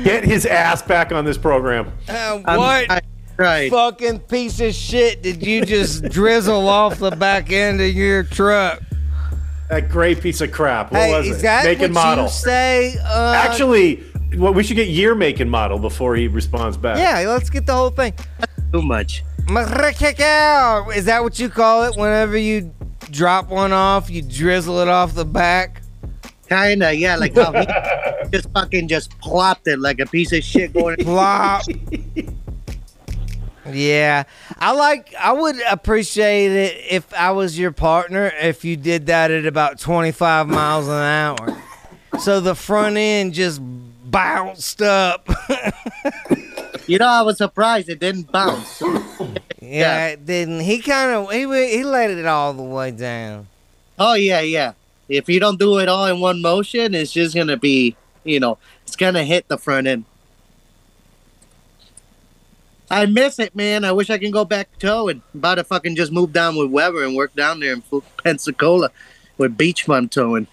Get his ass back on this program. Uh, I'm- what I tried. fucking piece of shit did you just drizzle off the back end of your truck? That great piece of crap. What hey, was is it? that Make what and model. you say? Uh, Actually, well, we should get year, make, and model before he responds back. yeah. Let's get the whole thing. Too much. Marakakao. Is that what you call it? Whenever you drop one off, you drizzle it off the back. Kinda, yeah. Like how he just fucking just plopped it like a piece of shit going. Plop. yeah, I like. I would appreciate it if I was your partner if you did that at about twenty five miles an hour, so the front end just bounced up. You know, I was surprised it didn't bounce. yeah, it didn't he? Kind of he wa- he let it all the way down. Oh yeah, yeah. If you don't do it all in one motion, it's just gonna be, you know, it's gonna hit the front end. I miss it, man. I wish I can go back towing. About to fucking just move down with Weber and work down there in Fu- Pensacola with Beachmont towing.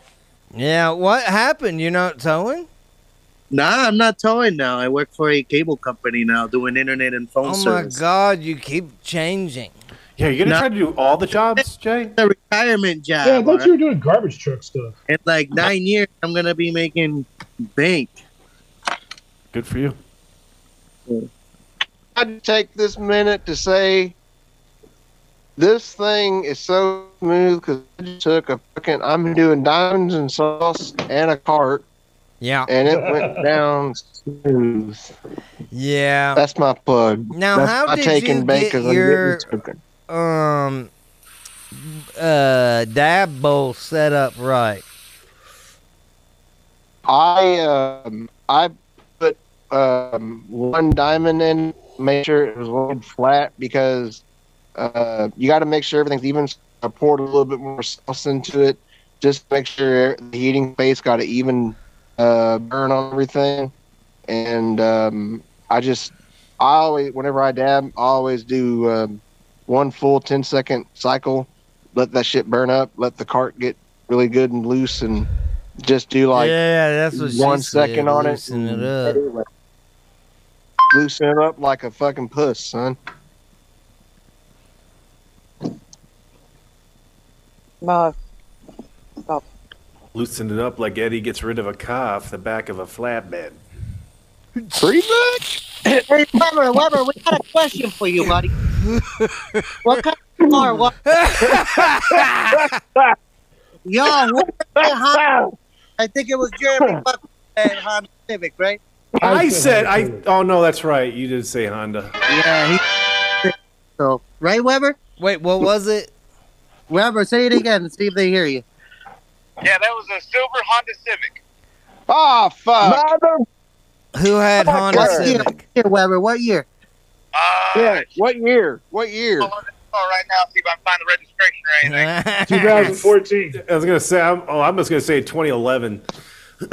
Yeah, what happened? You're not towing? Nah, I'm not towing now. I work for a cable company now, doing internet and phone Oh my service. god, you keep changing. Yeah, you're going to No. try to do all the jobs, Jay? The retirement job. Yeah, I thought alright? you were doing garbage truck stuff. In like nine years, I'm gonna be making bank. Good for you. I'd take this minute to say this thing is so smooth because I just took a fucking. I'm doing diamonds and sauce and a cart, Yeah. and it went down smooth. Yeah. That's my plug. Now, That's how my did take you and get bake 'cause I'm your- getting token. um uh dab bowl set up right. I um I put um one diamond in, made sure it was laid flat because uh you got to make sure everything's even. So I poured a little bit more sauce into it, just to make sure the heating space got an even uh, burn on everything. And um I just I always whenever I dab, I always do um, one full 10 second cycle, let that shit burn up, let the cart get really good and loose, and just do like yeah, that's what she one said, second on it. loosen it up. loosen it up like a fucking puss, son. Loosen it up like Eddie gets rid of a car off the back of a flatbed. Pretty much. Hey, Weber, Weber, we got a question for you, buddy. what kind of car? What? Yo, who said Honda? I think it was Jeremy Buck at Honda Civic, right? I, said said, I. Oh, no, that's right. You did say Honda. Yeah. He, so, right, Weber? Wait, what was it? Weber, say it again and see if they hear you. Yeah, that was a silver Honda Civic. Ah, fuck. Who had Honda What year, Civic? what year, Weber? What year? yeah, what year? What year? Right now, see if I can find the registration or anything. 2014. I was gonna say, I'm, oh, I'm just gonna say 2011.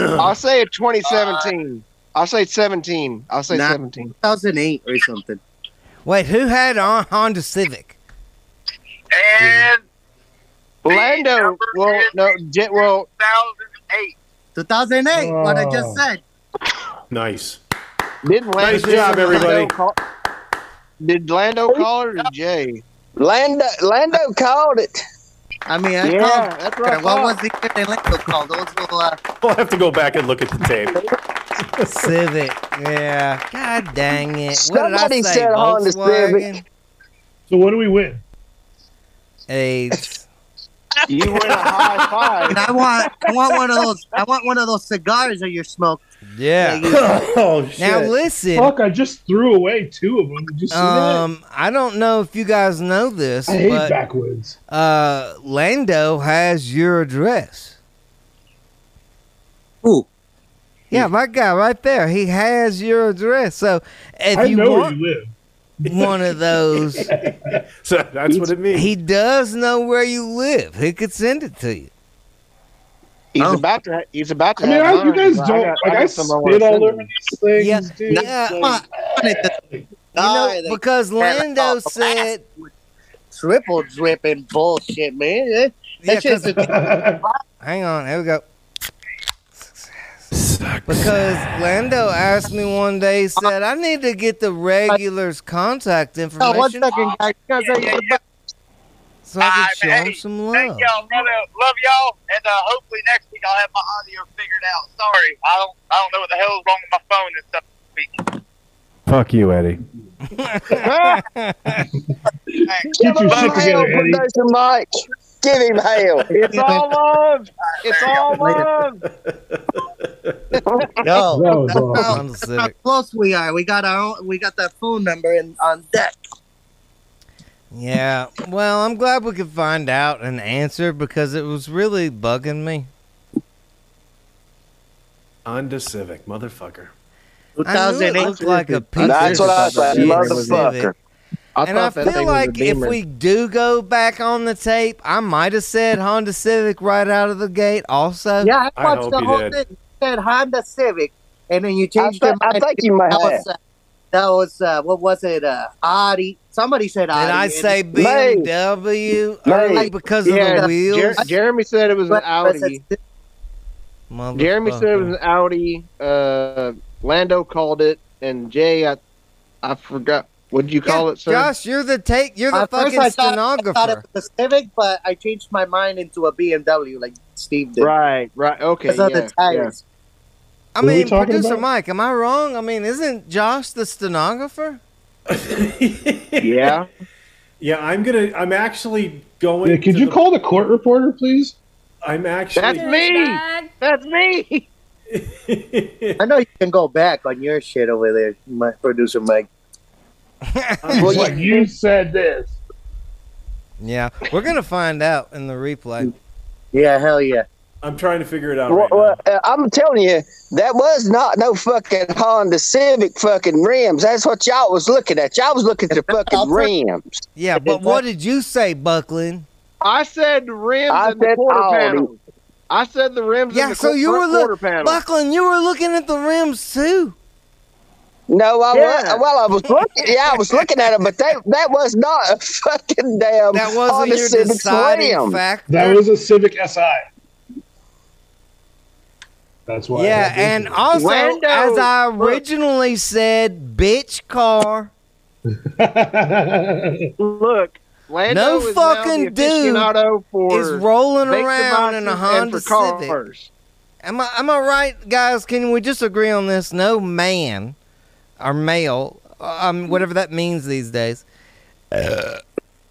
I'll say it 2017. I'll say 17. I'll say Nah. 17. 2008 or something. Wait, who had on Honda Civic? Lando, well, no, Jet, well, 2008. 2008, what I just said. Nice. Didn't Nice job, everybody. Did Lando call it or Jay? Lando, Lando called it. I mean, I Yeah, called. that's what I what thought. was the year they let go called? Those little, uh, We'll have to go back and look at the tape. Civic. Yeah. God dang it. What did I Somebody say? said Honda Volkswagen? Civic. So what do we win? AIDS. You win a high five. and I want, I want one of those. I want one of those cigars that you're smoking. Yeah. oh shit. Now listen. Fuck! I just threw away two of them. Did you see Uh, Um, I don't know if you guys know this, that? I hate but backwoods. uh, Lando has your address. Ooh. Yeah, my guy right there. He has your address. So if I you know want where you one of those, So that's what it means. he does know where you live. He could send it to you. He's Oh. about to. ha- He's about to. I mean, have I, you mine. guys I don't. got- like, got I, some wanna spit all send over you. these things, Yeah. dude. Yeah. So- Come on. You know, Die, they- because Lando said, triple dripping bullshit, man. That, Yeah, that shit's a- hang on, here we go. Because Lando asked me one day, he said, I need to get the regulars' contact Oh, one information second, guys. Guys, I- so I Alright, can show man, Ah, him hey, some love. Oh. Thank y'all, brother. Love y'all, and uh, hopefully next week I'll have my audio figured out. Sorry, I don't, I don't know what the hell is wrong with my phone this stuff this week. Fuck you, Eddie. Get your shit Give him hell, together, Eddie. producer Mike. Give him hell. It's all love. It's all love. No, That was that's awesome. how- Honda that's how Civic. close we are. We got our own, we got that phone number in on deck. Yeah. Well, I'm glad we could find out an answer because it was really bugging me. Honda Civic, motherfucker. I knew it 2008. looked like a piece That's of what I shit thought, motherfucker. Civic. and I feel like if we do go back on the tape, I might have said Honda Civic right out of the gate. Also, Yeah, I I watched hope the you whole did. thing. You said Honda Civic, and then you changed I your thi- I mind. think you might that have. Was, uh, that was uh, what was it? Uh, Audi. Somebody said did Audi. I and- say BMW early because of Yeah, the wheels? Jer- Jeremy said it was an but- but it's- Audi. Motherfucker. Jeremy Oh, said it was an Audi. Uh, Lando called it, and Jay, I, I forgot. What did you call Yeah, it, sir? Josh, you're the take. You're the At first fucking I thought- I thought stenographer. it was a Civic, but I changed my mind into a BMW, like Steve did. Right, right. Okay. Because of Yeah, the tires. I Who are we mean, talking producer about? Mike, am I wrong? I mean, isn't Josh the stenographer? yeah. Yeah, I'm gonna. I'm actually going. Yeah, could to you the- call the court reporter, please? I'm That's actually. me. That's me. I know you can go back on your shit over there, my producer Mike. Well, Like, you, you said this. Yeah, we're gonna find out in the replay. Yeah, hell yeah. I'm trying to figure it out Well, right well, now. uh, I'm telling you, that was not no fucking Honda Civic fucking rims. That's what y'all was looking at. Y'all was looking at the I'll fucking tell- rims. Yeah, but what did you say, Buckland? I said rims I and the said quarter Audi. panel. I said the rims Yeah, and the so qu- you were front quarter look, panel. Buckland. You were looking at the rims too. No, I Yeah. was. Well, I was looking. Yeah, I was looking at them, but that that was not a fucking damn That wasn't Honda your Civic deciding rim. factor. That was a Civic Si. That's why. I yeah, had this and one. also Lando, as I look. originally said, bitch car. Look, Lando No is now the fucking dude aficionado for is rolling vape around in devices a and Honda for cars. Civic. Am I am I right, guys? Can we just agree on this? No man or male, um, whatever that means these days,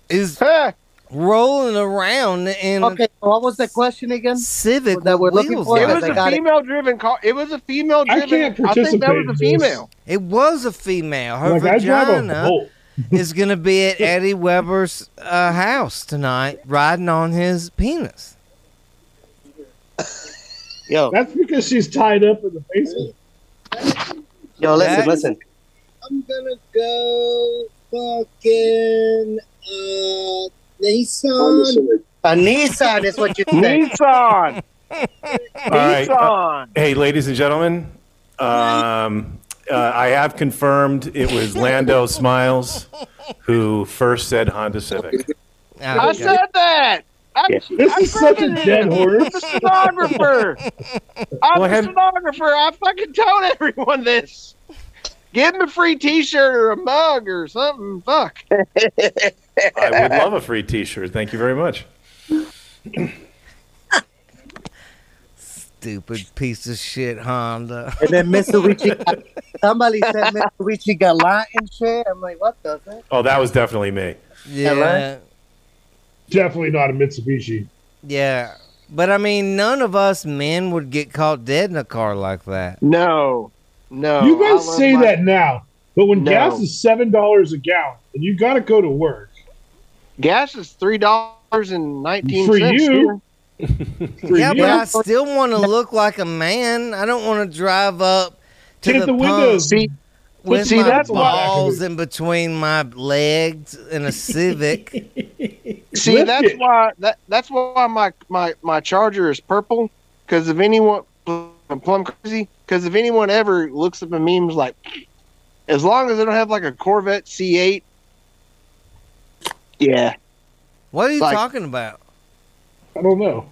is Huh. rolling around in Okay, so what was the question again? Civic That we're with looking wheels. for? It on Yes, was I a got it. female-driven car. It was a female-driven. I can't think that was a participate in this. female. It was a female. Her like I drive a vagina Volt. is going to be at Eddie Weber's uh, house tonight, riding on his penis. Yo, that's because she's tied up in the basement. Yo, listen, That- listen. I'm gonna go fucking uh, Nissan. A Nissan is what you think. Nissan. All right. uh, hey, ladies and gentlemen, um, uh, I have confirmed it was Lando Smiles who first said Honda Civic. I said that. I, This I is such a fucking- dead horse. I'm the stenographer. I'm Well, the have- stenographer. I fucking told everyone this. Give him a free T-shirt or a mug or something. Fuck. I would love a free T-shirt. Thank you very much. Stupid piece of shit Honda. And then Mitsubishi got, somebody said Mitsubishi got lot and shit. I'm like, what the fuck? Oh, that was definitely me. Yeah. Definitely not a Mitsubishi. Yeah. But I mean, none of us men would get caught dead in a car like that. No, no. Oh, You I guys love say my- that now, but when No. gas is seven dollars a gallon and you got to go to work, gas is three dollars and nineteen for you. yeah, but I still want to look like a man. I don't want to drive up to Tint the, the pump windows. See- with see, my that's why- balls in between my legs in a Civic. See, that's why that that's why my my my charger is purple. Because if anyone I'm plumb crazy, because if anyone ever looks up at me and was like, as long as they don't have like a Corvette C8, yeah. What are you Like- talking about? I don't know.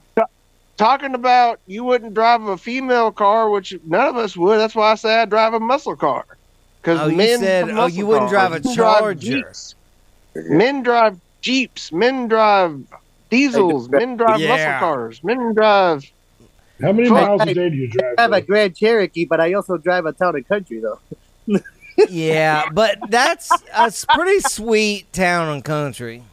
Talking about you wouldn't drive a female car, which none of us would. That's why I say I drive a muscle car. Because Oh, you men said, drive oh, muscle you wouldn't cars. drive a Men Charger. Jeeps. men drive Jeeps. Men drive diesels. Men drive Yeah. muscle cars. Men drive. How many Fuck. miles a day do you drive? I have a Grand Cherokee, but I also drive a town and country though. yeah, but that's a pretty sweet town and country.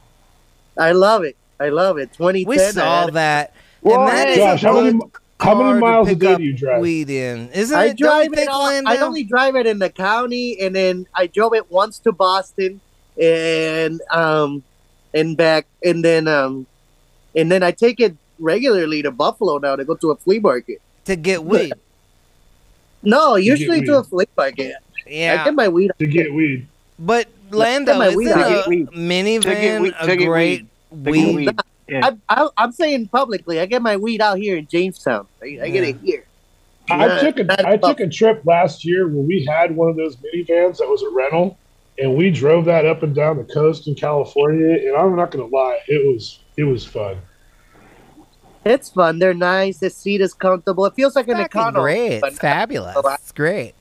I love it. I love it. Twenty. We saw that. and that is Josh, a how many good how many car to miles a pick day up do you drive? Weed in, isn't I it? Don't you drive it. think, All, Lando? I only drive it in the county, and then I drove it once to Boston, and um, and back, and then um, and then I take it regularly to Buffalo now to go to a flea market to get weed. No, To get usually to weed. a flea market. Yeah. I get my weed to get weed. But I Lando, get my isn't weed a out. To get minivan weed- to a get great weed. weed? I, I, I'm saying publicly, I get my weed out here in Jamestown. I, I get it here. I took a I took a trip last year where we had one of those minivans that was a rental, and we drove that up and down the coast in California. And I'm not going to lie, it was it was fun. It's fun. They're nice. The seat is comfortable. It feels like an economy. great. It's fabulous. It's great.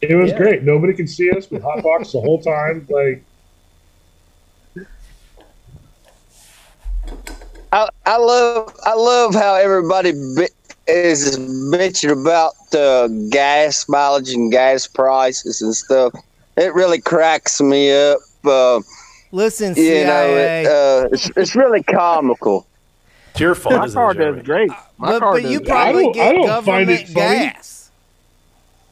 It was Yeah. great. Nobody could see us. We hotboxed the whole time. Like I, I love I love how everybody bi- is bitching about the gas mileage and gas prices and stuff. It really cracks me up. Uh, Listen, you know, CIA. it, uh, it's, it's really comical. It's your fault, My isn't it, car does great. but but you probably I don't- get I don't find government it funny. gas.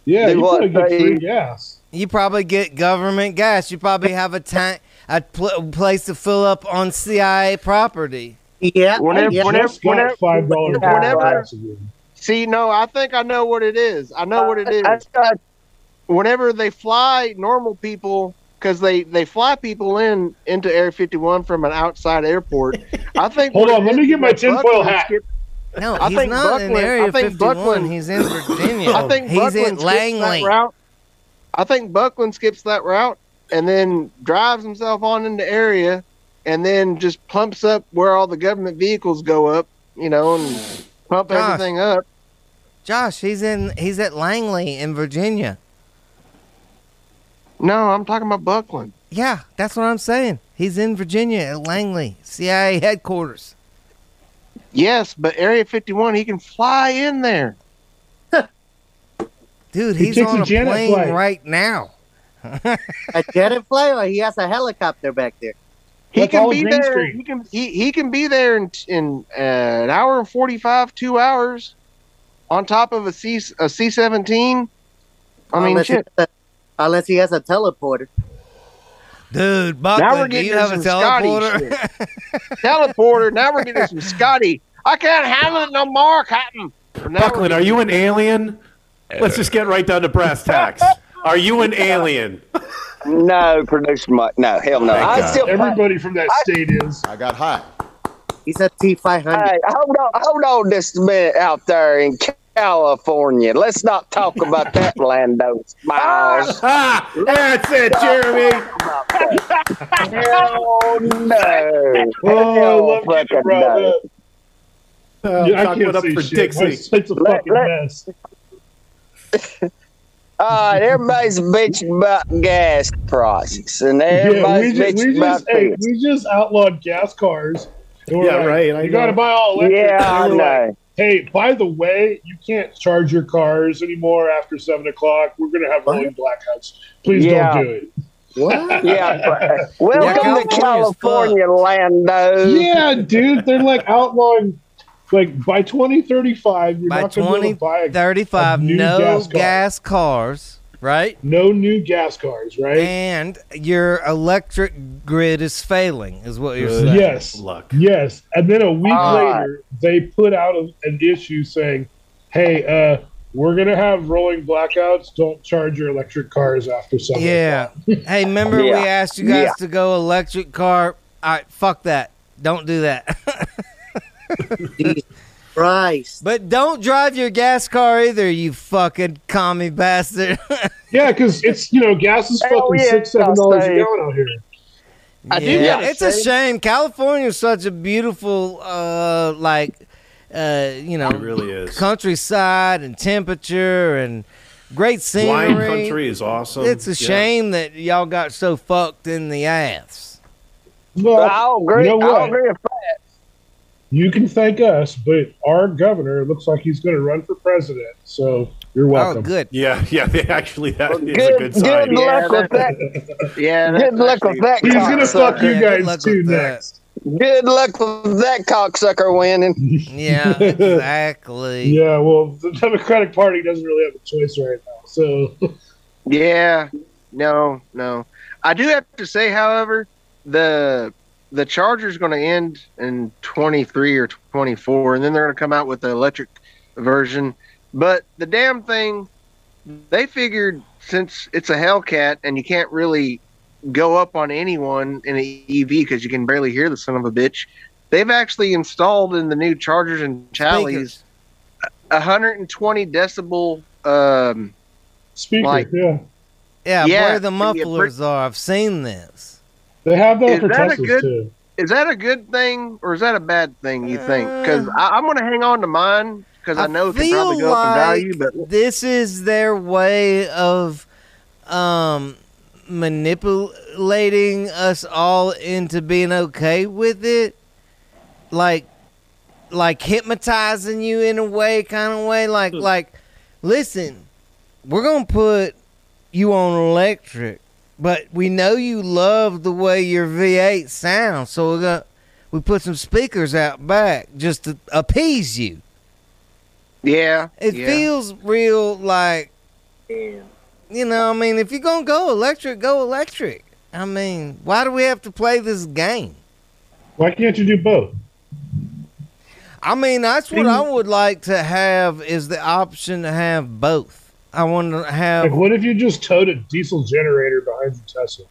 yeah, They you want probably get they- free gas. You probably get government gas. You probably have a tank, a pl- place to fill up on CIA property. Yeah. Whenever- I whenever- just got whenever- five dollars whenever- See, no, I think I know what it is. I know what it is. Whenever they fly normal people, because they they fly people in into Air 51 from an outside airport. I think. Hold what on, it let is me get is my that tinfoil Buckland hat. skip- No, I he's think not in Buckland- Area I think 51. Buckland- he's in Virginia. I think he's Buckland in skips that Langley. route. I think Buckland skips that route and then drives himself on into area, and then just pumps up where all the government vehicles go up. You know, and pump Gosh. everything up. Josh, he's in he's at Langley in Virginia. No, I'm talking about Buckland. Yeah, that's what I'm saying. He's in Virginia at Langley, CIA headquarters. Yes, but Area 51, he can fly in there. Dude, He he's takes on a a, Janet plane flight. right now. a jet and flyer. He has a helicopter back there. He That's can all be Green there. Street. He can he, he can be there in in uh, an hour and forty five, two hours, on top of a C a C seventeen. I mean, unless shit. He, unless he has a teleporter. Dude, now we're Buckland, do getting you have a into some Scotty teleporter? shit. teleporter. Now we're getting some Scotty. I can't handle it no more, Captain. Now Buckland, are you an alien? Let's just get right down to brass tacks. Are you an alien? No, producer Mike. No, hell no. Thank I God. still Everybody from that state is. I got high. He's a T five hundred. Hey, hold on, hold on just a minute out there in California. Let's not talk about that Lando Smiles. Ah, That's it, Jeremy. Hell no. Oh, Hell fucking no. Yeah, I Talk can't it up see for shit. Dixie. My state's a Let- fucking let- mess. All right, everybody's bitching about gas prices, and everybody's yeah, we just, bitching we, about just, hey, this. we just outlawed gas cars. And we're Yeah, like, right, I you got to know. buy all electric. Yeah, And we're I like, hey, by the way, you can't charge your cars anymore after seven o'clock. We're going to have rolling blackouts. Please Yeah. don't do it. What? Yeah, but, uh, welcome to California's California, Lando. yeah, dude, they're like outlawing. Like by twenty thirty five, you're By not going to be able to buy a, 35, a new no gas gas, car. cars, right? No new gas cars, right? And your electric grid is failing, is what you're saying. Yes. Yes. And then a week Ah. later, they put out a, an issue saying, hey, uh, we're going to have rolling blackouts. Don't charge your electric cars after seven. Yeah. hey, remember Yeah. we asked you guys Yeah. to go electric car? All right, fuck that. Don't do that. Christ. But don't drive your gas car either, you fucking commie bastard. Yeah, because it's, you know, gas is Hell fucking yeah, six, seven dollars a I'll say. gallon out here. I do gotta It's a say- shame. California is such a beautiful, uh, like, uh, you know, It really is. countryside and temperature and great scenery. Wine country is awesome. It's a Yeah. shame that y'all got so fucked in the ass. Well, I'll agree. you know I'll what? agree with that. You can thank us, but our governor looks like he's going to run for president. So you're welcome. Oh, good. Yeah, yeah. They actually, that is a good- good sign. good luck with Yeah. Good luck with that. He's gonna fuck you cocksucker. guys too next. Good luck with that cocksucker winning. Yeah, exactly. Yeah, well, the Democratic Party doesn't really have a choice right now. So Yeah. No, no. I do have to say, however, the the Charger's going to end in 23 or 24, and then they're going to come out with the electric version. But the damn thing, they figured since it's a Hellcat and you can't really go up on anyone in an EV because you can barely hear the son of a bitch, they've actually installed in the new Chargers and Challys a 120 decibel um, speaker, like yeah. Yeah, Yeah, where the it'd be a mufflers are. I've seen this. They have that Is for that a Teslas good- too. Is that a good thing or is that a bad thing? You think? Uh, Because I'm going to hang on to mine because I, know it can probably go up in value. But this is their way of um, manipulating us all into being okay with it, like like hypnotizing you in a way, kind of way. Like like, listen, we're gonna put you on electric, but we know you love the way your V8 sounds, so we got we put some speakers out back just to appease you. yeah, It yeah. feels real like you know, I mean, if you're gonna go electric, go electric. I mean, why do we have to play this game? Why can't you do both? I mean, that's what I would like to have is the option to have both. I want to have Like, what if you just towed a diesel generator behind your Tesla?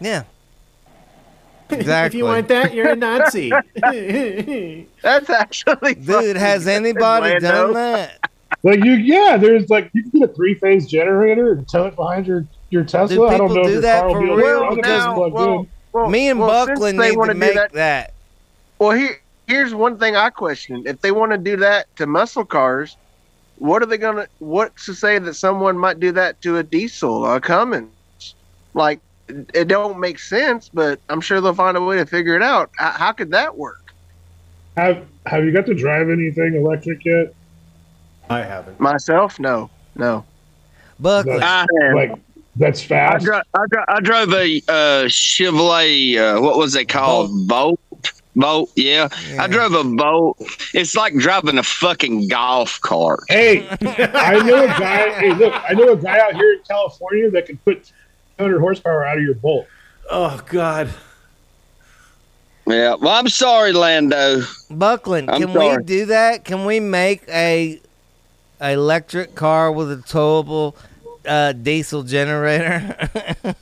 yeah. Exactly. If you want that, you're a Nazi. That's actually dude. Has anybody done that? Like you, yeah. There's like you can get a three phase generator and tow it behind your your Tesla. Do I don't people know do if your that car for will be able to real? run it if it's Because- plugged well, in. well, Me and well, since Buckland they need wanna to do make that- that. Well, here here's one thing I question: if they want to do that to muscle cars, what are they gonna? What's to say that someone might do that to a diesel, a Cummins? Like, it don't make sense, but I'm sure they'll find a way to figure it out. How, how could that work? Have Have you got to drive anything electric yet? I haven't. Myself, no, no. Buckland. I am. Like that's I, fast. dro- I, dro- I drove a uh, Chevrolet. Uh, what was it called? Bolt. Bolt. Yeah. I drove a bolt. It's like driving a fucking golf cart. Hey, I know a guy. hey, look, I know a guy out here in California that can put hundred horsepower out of your bolt. Oh God. Yeah. Well, I'm sorry, Lando. Buckland, I'm can sorry. we do that? Can we make a, a electric car with a towable uh, diesel generator?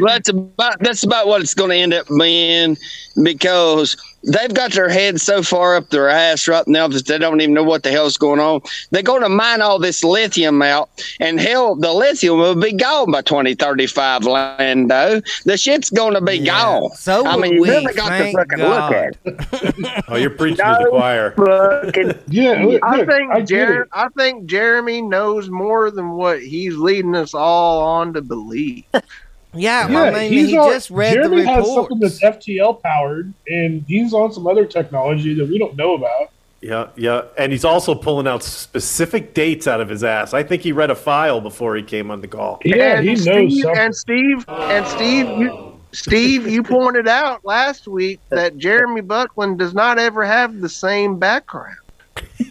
Well, that's about that's about what it's going to end up being because they've got their head so far up their ass right now that they don't even know what the hell's going on. They're going to mine all this lithium out, and hell, the lithium will be gone by twenty thirty five. Lando, the shit's going to be gone. So I will mean, you we, really got to thank fucking God. look at it. Oh, you're preaching to the choir. Yeah, look, I look, think I get Jer- it. I think Jeremy knows more than what he's leading us all on to believe. yeah, Yeah, I mean, he's he on- just read Jeremy the has report. something that's FTL powered, and he's on some other technology that we don't know about. Yeah, yeah. And he's also pulling out specific dates out of his ass. I think he read a file before he came on the call. and Steve, And Steve, and Steve, you, Steve, you pointed out last week that Jeremy Buckland does not ever have the same background.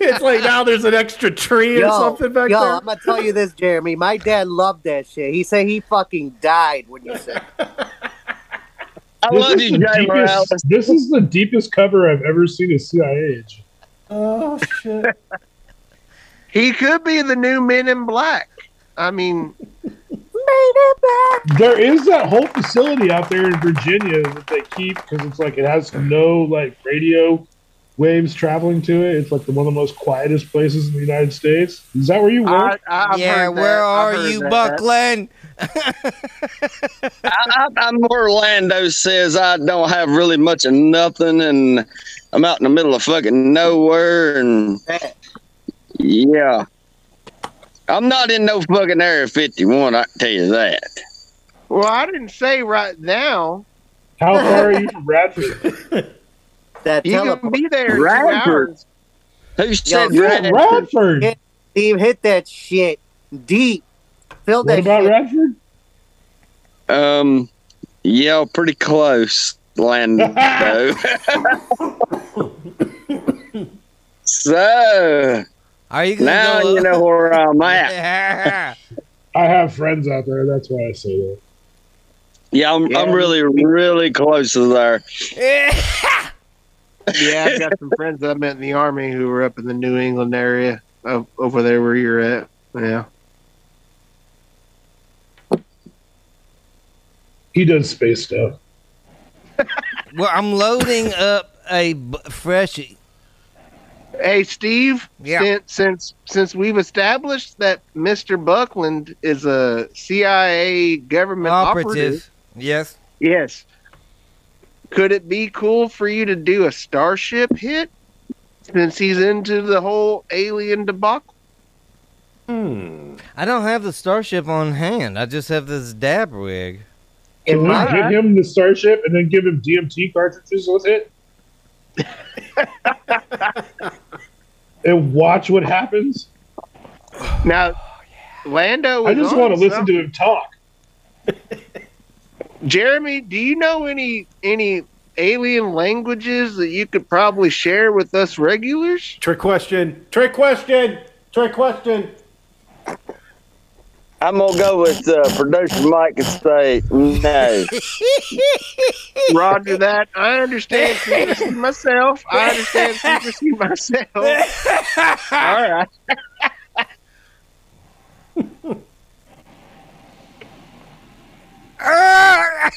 it's like now there's an extra tree yo, or something back yo, there. I'm gonna tell you this, Jeremy. My dad loved that shit. He said he fucking died when you said. I This love is you, the Jay deepest- Morales. This is the deepest cover I've ever seen a CIA agent. Oh shit! he could be the new Men in Black. I mean, There is that whole facility out there in Virginia that they keep because it's like it has no like radio waves traveling to it. It's like the one of the most quietest places in the United States. Is that where you Uh, work? yeah, where are you, Buckland? I, I, I'm where Lando says I don't have really much of nothing, and I'm out in the middle of fucking nowhere, and yeah, I'm not in no fucking Area 51. I can tell you that. well, I didn't say right now. How far are you from Radford? That You can teleport- be there in two Radford. hours. Who said yeah, Radford? Radford. Hit- Steve, hit that shit deep. Fill What that about shit. Radford? Um, yeah, pretty close, Lando. so Are you gonna now go you know where I'm at. Yeah. I have friends out there. That's why I say that. Yeah, I'm, I'm really, really close to there. Yeah, I've got some friends I met in the army who were up in the New England area o- over there where you're at. Yeah. He does space stuff. well, I'm loading up a b- freshie. Hey, Steve. Yeah. Since since, since we've established that Mister Buckland is a CIA government operative. Operative. Yes. yes. Could it be cool for you to do a starship hit? Since he's into the whole alien debacle. Hmm. I don't have the starship on hand. I just have this dab rig. Can we Alright. give him the starship and then give him DMT cartridges with it? and watch what happens? Now, Lando. I was just on want to listen something. to him talk. Jeremy, do you know any any alien languages that you could probably share with us regulars? Trick question. Trick question. Trick question. I'm gonna go with uh, producer Mike and say no. Roger that. I understand secrecy myself. I understand secrecy myself. All right. Ah!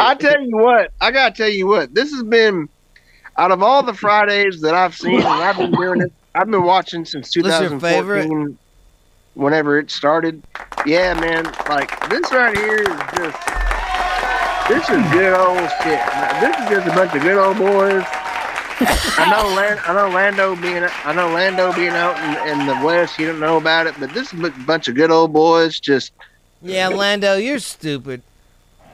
I tell you what, I gotta tell you what, this has been out of all the Fridays that I've seen and I've been doing it I've been watching What's since your favorite? 2014 whenever it started. Yeah, man, like this right here is just this is good old shit. Now, This is just a bunch of good old boys. I know, Lan- I know Lando being, I know Lando being out in, in the West. You don't know about it, but this is a bunch of good old boys. Just Yeah, Lando, you're stupid.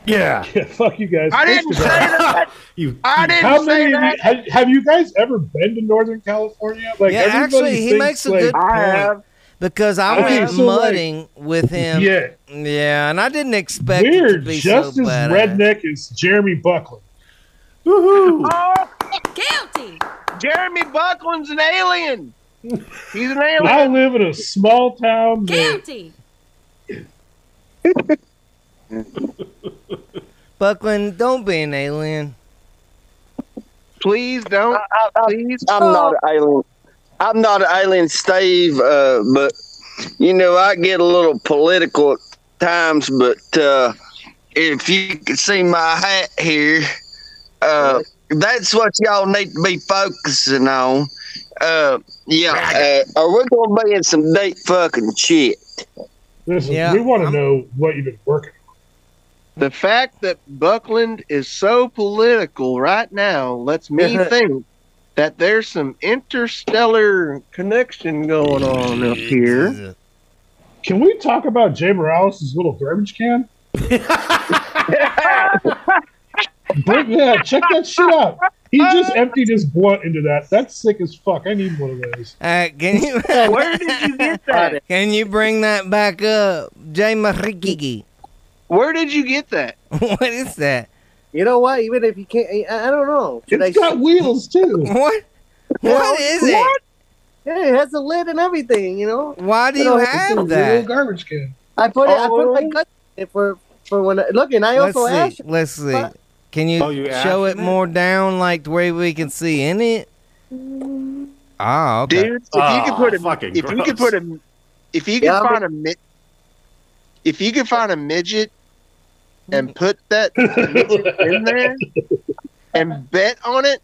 Yeah. Yeah, fuck you guys. I First didn't of say all, that. You. I didn't How say many? Of you, that. have, have you guys ever been to Northern California? Like, yeah, everybody actually, he thinks, makes a like, good I point have. because I Okay, went so, like- mudding with him. Yeah, Yeah, and I didn't expect it we're to be just so as bad. redneck as Jeremy Buckley. Woohoo! Oh, Guilty. Jeremy Buckland's an alien. He's an And alien. I live in a small town. that- Buckland, don't be an alien. Please don't. Please. I'm not an alien. I'm not an alien, Steve. Uh, but you know, I get a little political at times. But uh, if you can see my hat here, uh, that's what y'all need to be focusing on. Uh, yeah, uh, or we're gonna be in some deep fucking shit. Listen, Yeah, we want to know what you've been working. The fact that Buckland is so political right now lets me think that there's some interstellar connection going on up here. Can we talk about Jay Morales' little garbage can? Bring- yeah, check that shit out. He just emptied his blunt into that. That's sick as fuck. I need one of those. Uh, can you? Where did you get that? Can you bring that back up, Jay Marikiki? Where did you get that? what is that? You know what? Even if you can't, I, I don't know. Should It's I got wheels too. What? What is it? Yeah, it has a lid and everything. You know. Why do you have that? garbage can. I put it. I put Oh. my gut in it for for when. I, look, and I Let's also asked. see. Let's see. Can you, Oh, you show it asking it? more down, like where we can see in it? Ah, okay. Dude, if you Ah, could put a, if you could put a, if you could Yeah, find a mid, if you could find a midget and Mm-hmm. put that midget in there and bet on it,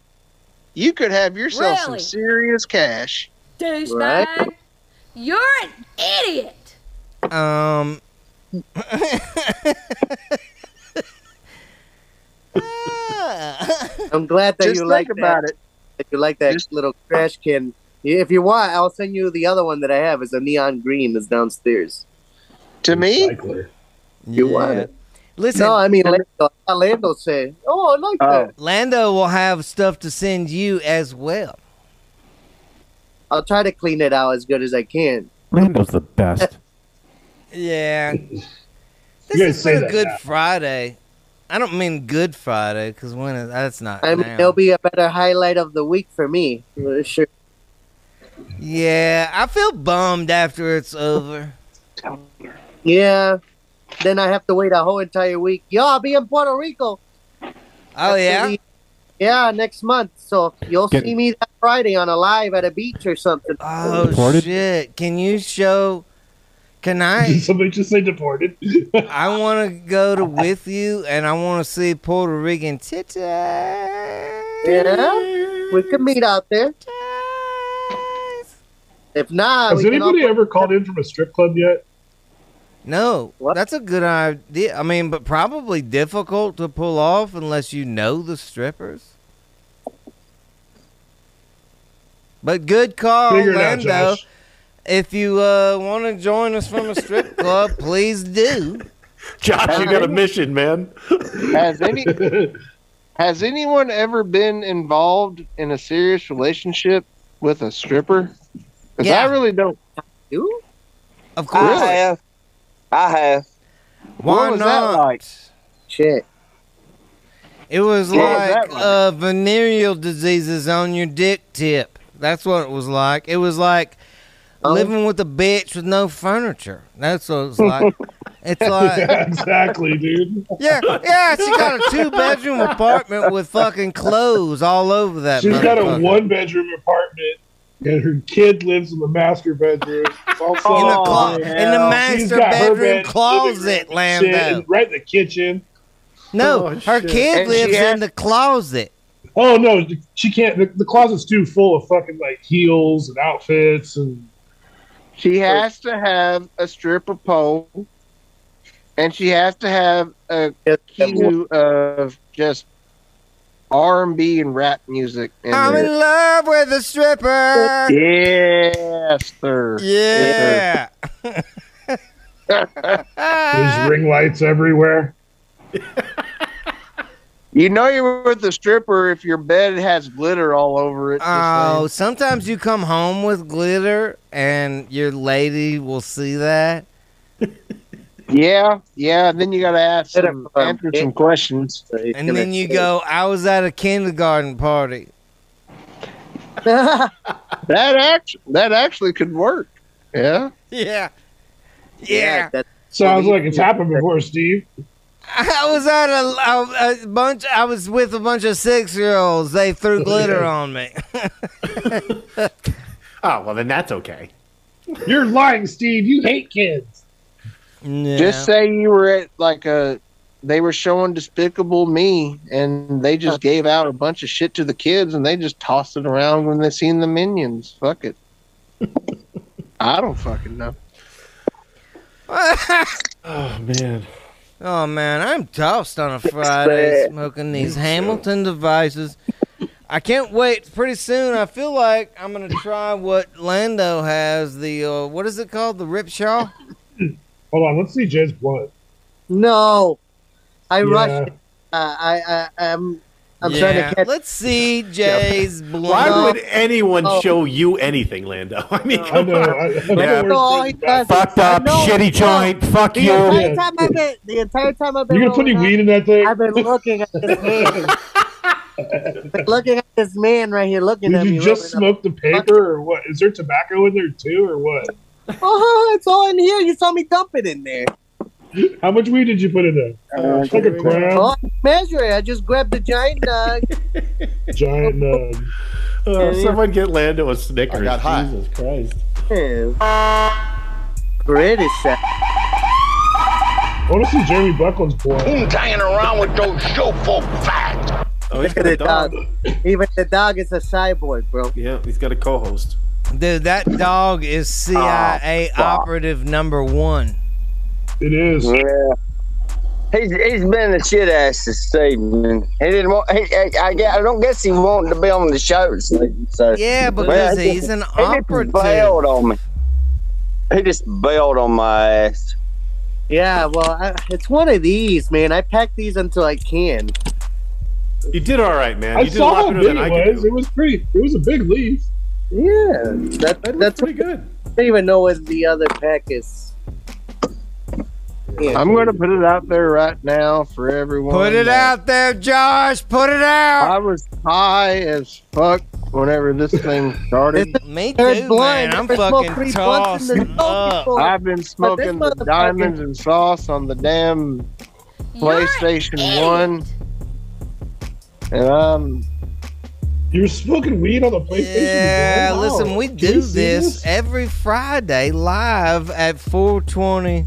you could have yourself some Really? serious cash. Douchebag. Right. You're an idiot. Um. I'm glad that Just you like think about that. That you like that little trash can. If you want, I'll send you the other one that I have. It's a neon green. It's downstairs. To me, you want it? Listen. No, I mean Lando. Lando said, "Oh, I like that." Lando will have stuff to send you as well. I'll try to clean it out as good as I can. Lando's the best. Yeah. This gotta has say been a that good now. Friday. I don't mean Good Friday because when is, that's not. I mean, now. it'll be a better highlight of the week for me. for Sure. Yeah, I feel bummed after it's over. Yeah. Then I have to wait a whole entire week. Yo, I'll be in Puerto Rico. Oh yeah? yeah, next month. So you'll Get- see me that Friday on a live at a beach or something. Oh shit! Can you show? Can I? Did somebody just say deported? I want to go to with you, and I want to see Puerto Rican titties. Yeah, we could meet out there. If not, Has we can anybody all- ever called in from a strip club yet? No, that's a good idea. I mean, but probably difficult to pull off unless you know the strippers. But good call, Figure it out, Oh, Lando. Josh. if you uh, want to join us from a strip club, please do. Josh, you got a mission, man. Has any has anyone ever been involved in a serious relationship with a stripper? 'Cause Yeah. I really don't. You? Of course. I have. I have. Why what was not? that like? Shit. It was What was like that uh, venereal diseases on your dick tip. That's what it was like. It was like Oh. living with a bitch with no furniture. That's what it was like. it's Yeah, like, exactly, dude. yeah, yeah, she got a two bedroom apartment with fucking clothes all over that. She's got a motherfucker. one bedroom apartment, and her kid lives in the master bedroom. It's all In the, clo- solid. in the She's master got her bedroom bed, living closet, room, and shit, Oh, Lando. and right in the kitchen. No, her kid lives in the closet. Oh no, she can't. The, the closet's too full of fucking like heels and outfits and. She has to have a stripper pole, and she has to have a queue of just R and B and rap music. In I'm there. in love with a stripper. Yes, sir. Yeah. Uh, There's ring lights everywhere. You know you're with a stripper if your bed has glitter all over it. just Oh, saying. sometimes you come home with glitter and your lady will see that. yeah, yeah. And then you got to ask, Glitter some, from answer it. some questions. And then you go, I was at a kindergarten party. That act that actually could work. Yeah. Yeah. Yeah. that sounds like it's happened before, Steve. I was at a, a, a bunch. I was with a bunch of six-year-olds. They threw glitter on me. Oh, well, then that's okay. You're lying, Steve. You hate kids. Just say you were at like a they were showing Despicable Me and they just gave out a bunch of shit to the kids and they just tossed it around when they seen the minions. Fuck it. I don't fucking know. Oh man. Oh man, I'm tossed on a Friday smoking these Hamilton devices. I can't wait. Pretty soon, I feel like I'm gonna try what Lando has. The uh, what is it called? The Ripshaw. Hold on, let's see Jay's blood. No, I Yeah. rushed. it. Uh, I, I, I'm, I'm trying Yeah, to catch. Let's see Jay's blood. Why would anyone show you anything, Lando? I mean, come know, on. I- Yeah. No, all he does is- Fucked up, No, shitty no. joint. Fuck the you. Entire time I've been, the entire time I've been. You gonna put any rolling weed in that thing? out, I've been looking at this man. Been looking at this man right here, looking Did at me. you just rolling up. smoke the paper or what? Is there tobacco in there too or what? Oh, it's all in here. You saw me dump it in there. How much weed did you put in there? like a Oh, gram, I measure it. I just grabbed the giant uh, nug. giant uh, nug. Oh, someone get Lando a Snickers. I got high. Jesus Christ. Pretty sad. I want to see Jeremy Buckland's blood. Who's hanging around with those showful fags? Oh, he's got Look at a the dog. dog. Even the dog is a cyborg, bro. Yeah, he's got a co-host. Dude, that dog is CIA operative number one. It is. Yeah. He's, he's been a shit ass this evening. He didn't want. He, I, I, gue- I don't guess he wanted to be on the show. this evening, So Yeah, Well, because I just- he's an he just bailed operative. on me. He just bailed on my ass. Yeah, well, I, it's one of these, man. I pack these until I can. You did all right, man. I you did a saw lot how better big than I it could was. do. It was pretty. It was a big leaf. Yeah, that, that's Pretty good. I don't even know what the other pack is. Yeah. I'm gonna put it out there right now for everyone. Put it that out there, Josh. Put it I out. was high as fuck whenever this thing started. Me too, There's man. blind. I'm There's no fucking free blunts tossed in the up. door. I've been smoking the motherfucker- diamonds and sauce on the damn PlayStation One, and um, I'm You were smoking weed on the PlayStation. Yeah, Wow. listen, we Can do you see this every Friday live at 420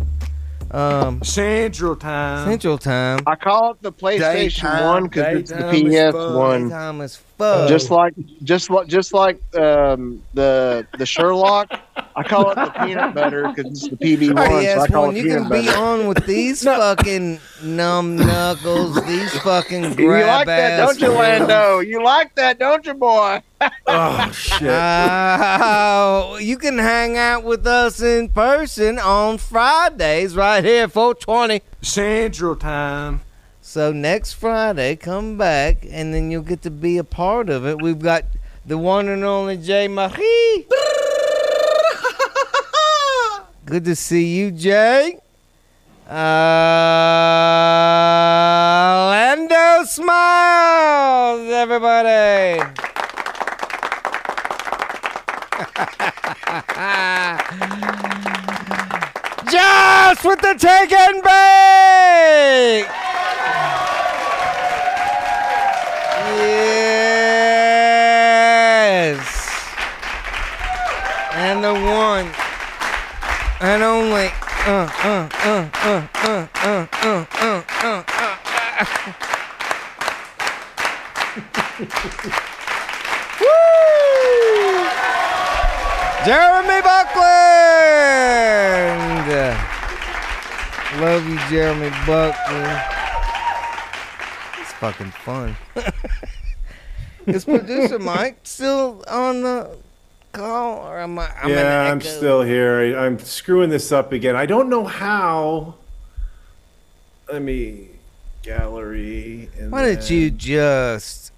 um, Central time. Central Time. I call it the PlayStation Daytime, One because it's the daytime is PS fun. One. Time as fuck. Just like, just like, just like um, the the Sherlock, I call it the peanut butter because it's the PB one. So I PS call it one, you peanut can be butter. on with these fucking numb knuckles, these fucking grab You like that, ass don't you, hands. Lando? You like that, don't you, boy? Oh shit. Oh, you can hang out with us in person on Fridays right here, 420. Central time. So next Friday, come back, and then you'll get to be a part of it. We've got the one and only Jay Marie. Good to see you, Jay. Uh, Lando smiles, everybody. Josh with the take and bake. Yes. And the one and only. Uh, uh, uh, uh, uh, uh, uh, uh, uh, uh. uh. Woo! Jeremy Buckland. Love you, Jeremy Buckland. It's fucking fun. Is producer Mike still on the call, or am I? I'm in yeah, I'm echo? still here. I, I'm screwing this up again. I don't know how. Let me gallery. And Why don't then- you just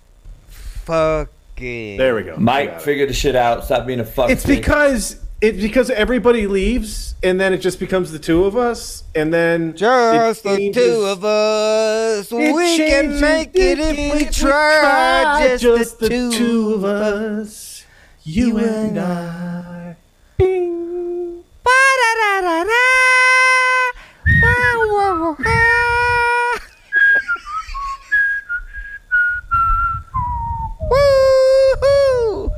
fucking? There we go. I Mike, got it. figure the shit out. Stop being a fuck. It's because it's because everybody leaves, and then it just becomes the two of us, and then it Just the changes- two of us. It we can changes make it if we try. Just, the two. of us. You and I. Bing. Ba-da-da-da-da. Wow. Woo-hoo.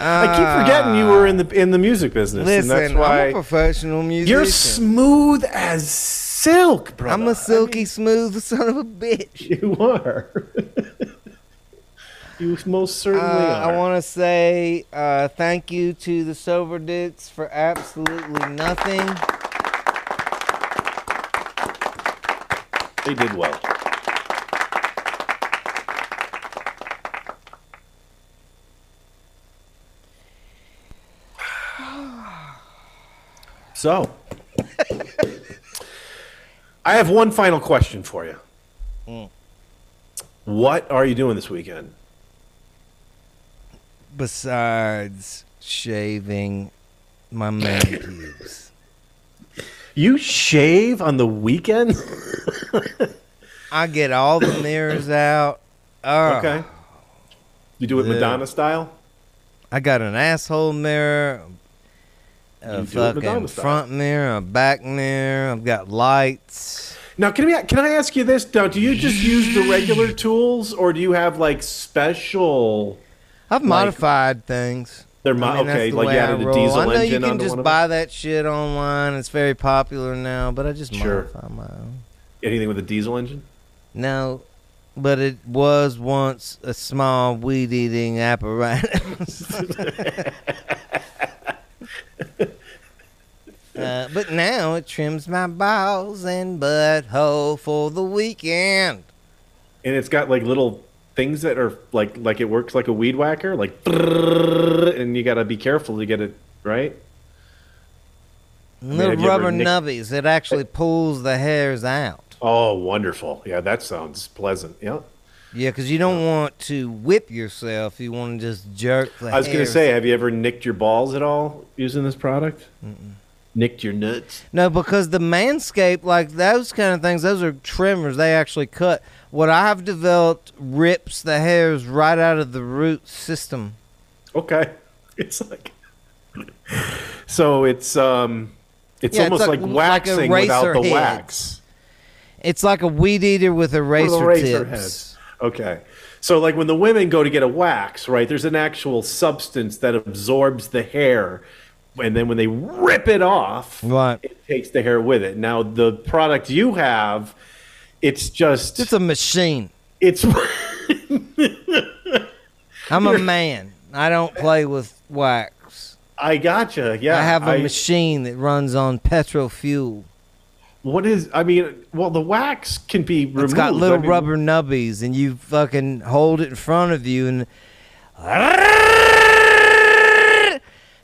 I keep forgetting you were in the in the music business, Listen, and that's why I'm a professional musician. you're smooth as silk, bro. I'm a silky smooth son of a bitch. You are. you most certainly Uh, I are. want to say uh, thank you to the Sober Dicks for absolutely nothing. They did well. So, I have one final question for you. Mm. What are you doing this weekend? Besides shaving my man pubes, You shave on the weekend? I get all the mirrors out. Oh, okay. You do it Yeah. Madonna style? I got an asshole mirror, a You do it fucking Madonna style. front mirror, a back mirror. I've got lights. Now, can I can I ask you this? Now, do you just use the regular tools, or do you have like special? I've modified things. They're mo- I mean, that's okay, the like way you I added a roll. diesel I know engine you can onto just one of buy that shit online. It's very popular now, but I just Sure. modify my own. Anything with a diesel engine? No, but it was once a small weed eating apparatus. Uh, but now it trims my balls and butthole for the weekend. And it's got like little things that are like like it works like a weed whacker, like and you got to be careful to get it right. mean, Little have you ever rubber nicked- nubbies. It actually pulls the hairs out. Oh, wonderful! Yeah, that sounds pleasant. Yeah, Yeah, because you don't want to whip yourself. You want to just jerk the I was gonna hairs say, have you ever nicked your balls at all using this product? Nicked your nuts? No, because the manscape, like those kind of things, those are trimmers. They actually cut. What I have developed rips the hairs right out of the root system. Okay, it's like so it's um it's Yeah, almost like, a- waxing like without eraser the heads. wax. It's like a weed eater with eraser, Little tips. heads. Okay. So like when the women go to get a wax, right? There's an actual substance that absorbs the hair and then when they rip it off, Right. it takes the hair with it. Now the product you have, it's just It's a machine. it's I'm a man. I don't play with wax. I gotcha. Yeah. I have a I- machine that runs on petrol fuel. What is I mean, well the wax can be removed. It's got I little mean, rubber nubbies, and you fucking hold it in front of you, and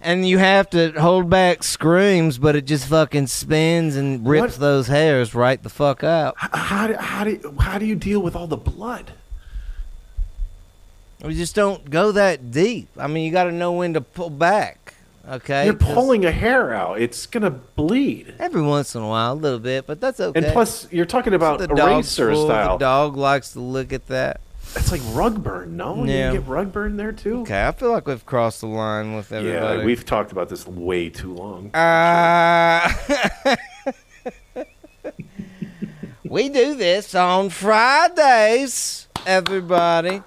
and you have to hold back screams, but it just fucking spins and rips What? those hairs right the fuck out. How do, how do how do you deal with all the blood? We just don't go that deep. I mean, you got to know when to pull back. Okay, You're 'Cause pulling a hair out. It's gonna bleed. every once in a while, a little bit, but that's okay. And plus, you're talking about the dog's eraser full, style. The dog likes to look at that. That's like rug burn, no? Yeah. You get rug burn there too? Okay, I feel like we've crossed the line with everybody. Yeah, we've talked about this way too long. Uh, we do this on Fridays, everybody.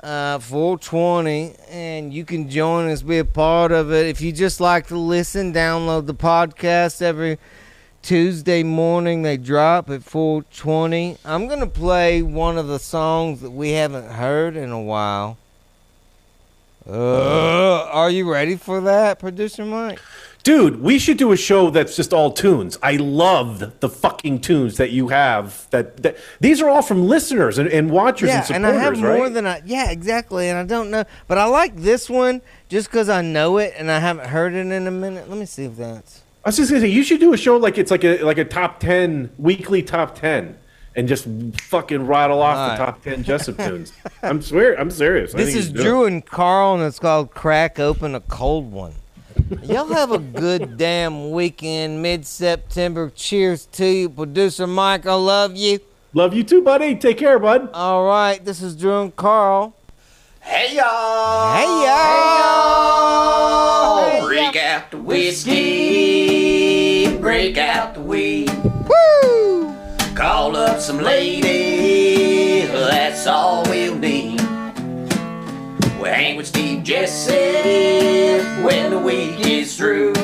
Uh, 420, and you can join us, be a part of it. If you just like to listen, download the podcast every Tuesday morning. They drop at 420. I'm going to play one of the songs that we haven't heard in a while. Uh, are you ready for that, producer Mike? Dude, we should do a show that's just all tunes. I love the fucking tunes that you have. That, that these are all from listeners and, and watchers and yeah, supporters, I have right? more than I. Yeah, exactly. And I don't know, but I like this one just because I know it and I haven't heard it in a minute. Let me see if that's. I was just gonna say you should do a show like it's like a like a top ten weekly top ten, and just fucking rattle off All right. the top ten Jessup tunes. I'm swear, I'm serious. I This think you is should do it. Drew and Carl, and it's called "Crack Open a Cold One." Y'all have a good damn weekend, mid-September. Cheers to you, producer Mike. I love you. Love you too, buddy. Take care, bud. All right, this is Drew and Carl. Hey y'all! Hey y'all! Break out the whiskey, break out the weed. Woo! Call up some ladies, that's all we'll need. We'll hang with Steve Jesse when the week is through.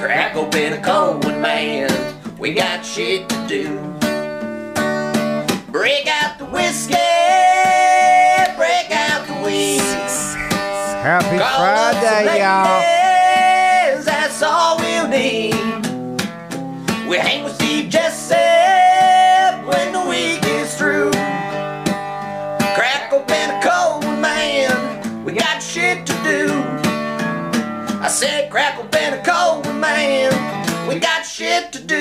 Crack open a cold one, man, we got shit to do. Break out the whiskey, break out the weed. Happy Call up some Friday, y'all. ladies, That's all we'll need. We hang with Steve Jessup when the week is through. Crack open a cold one, man. We got shit to do. I said, crack open a cold one, man. We got shit to do.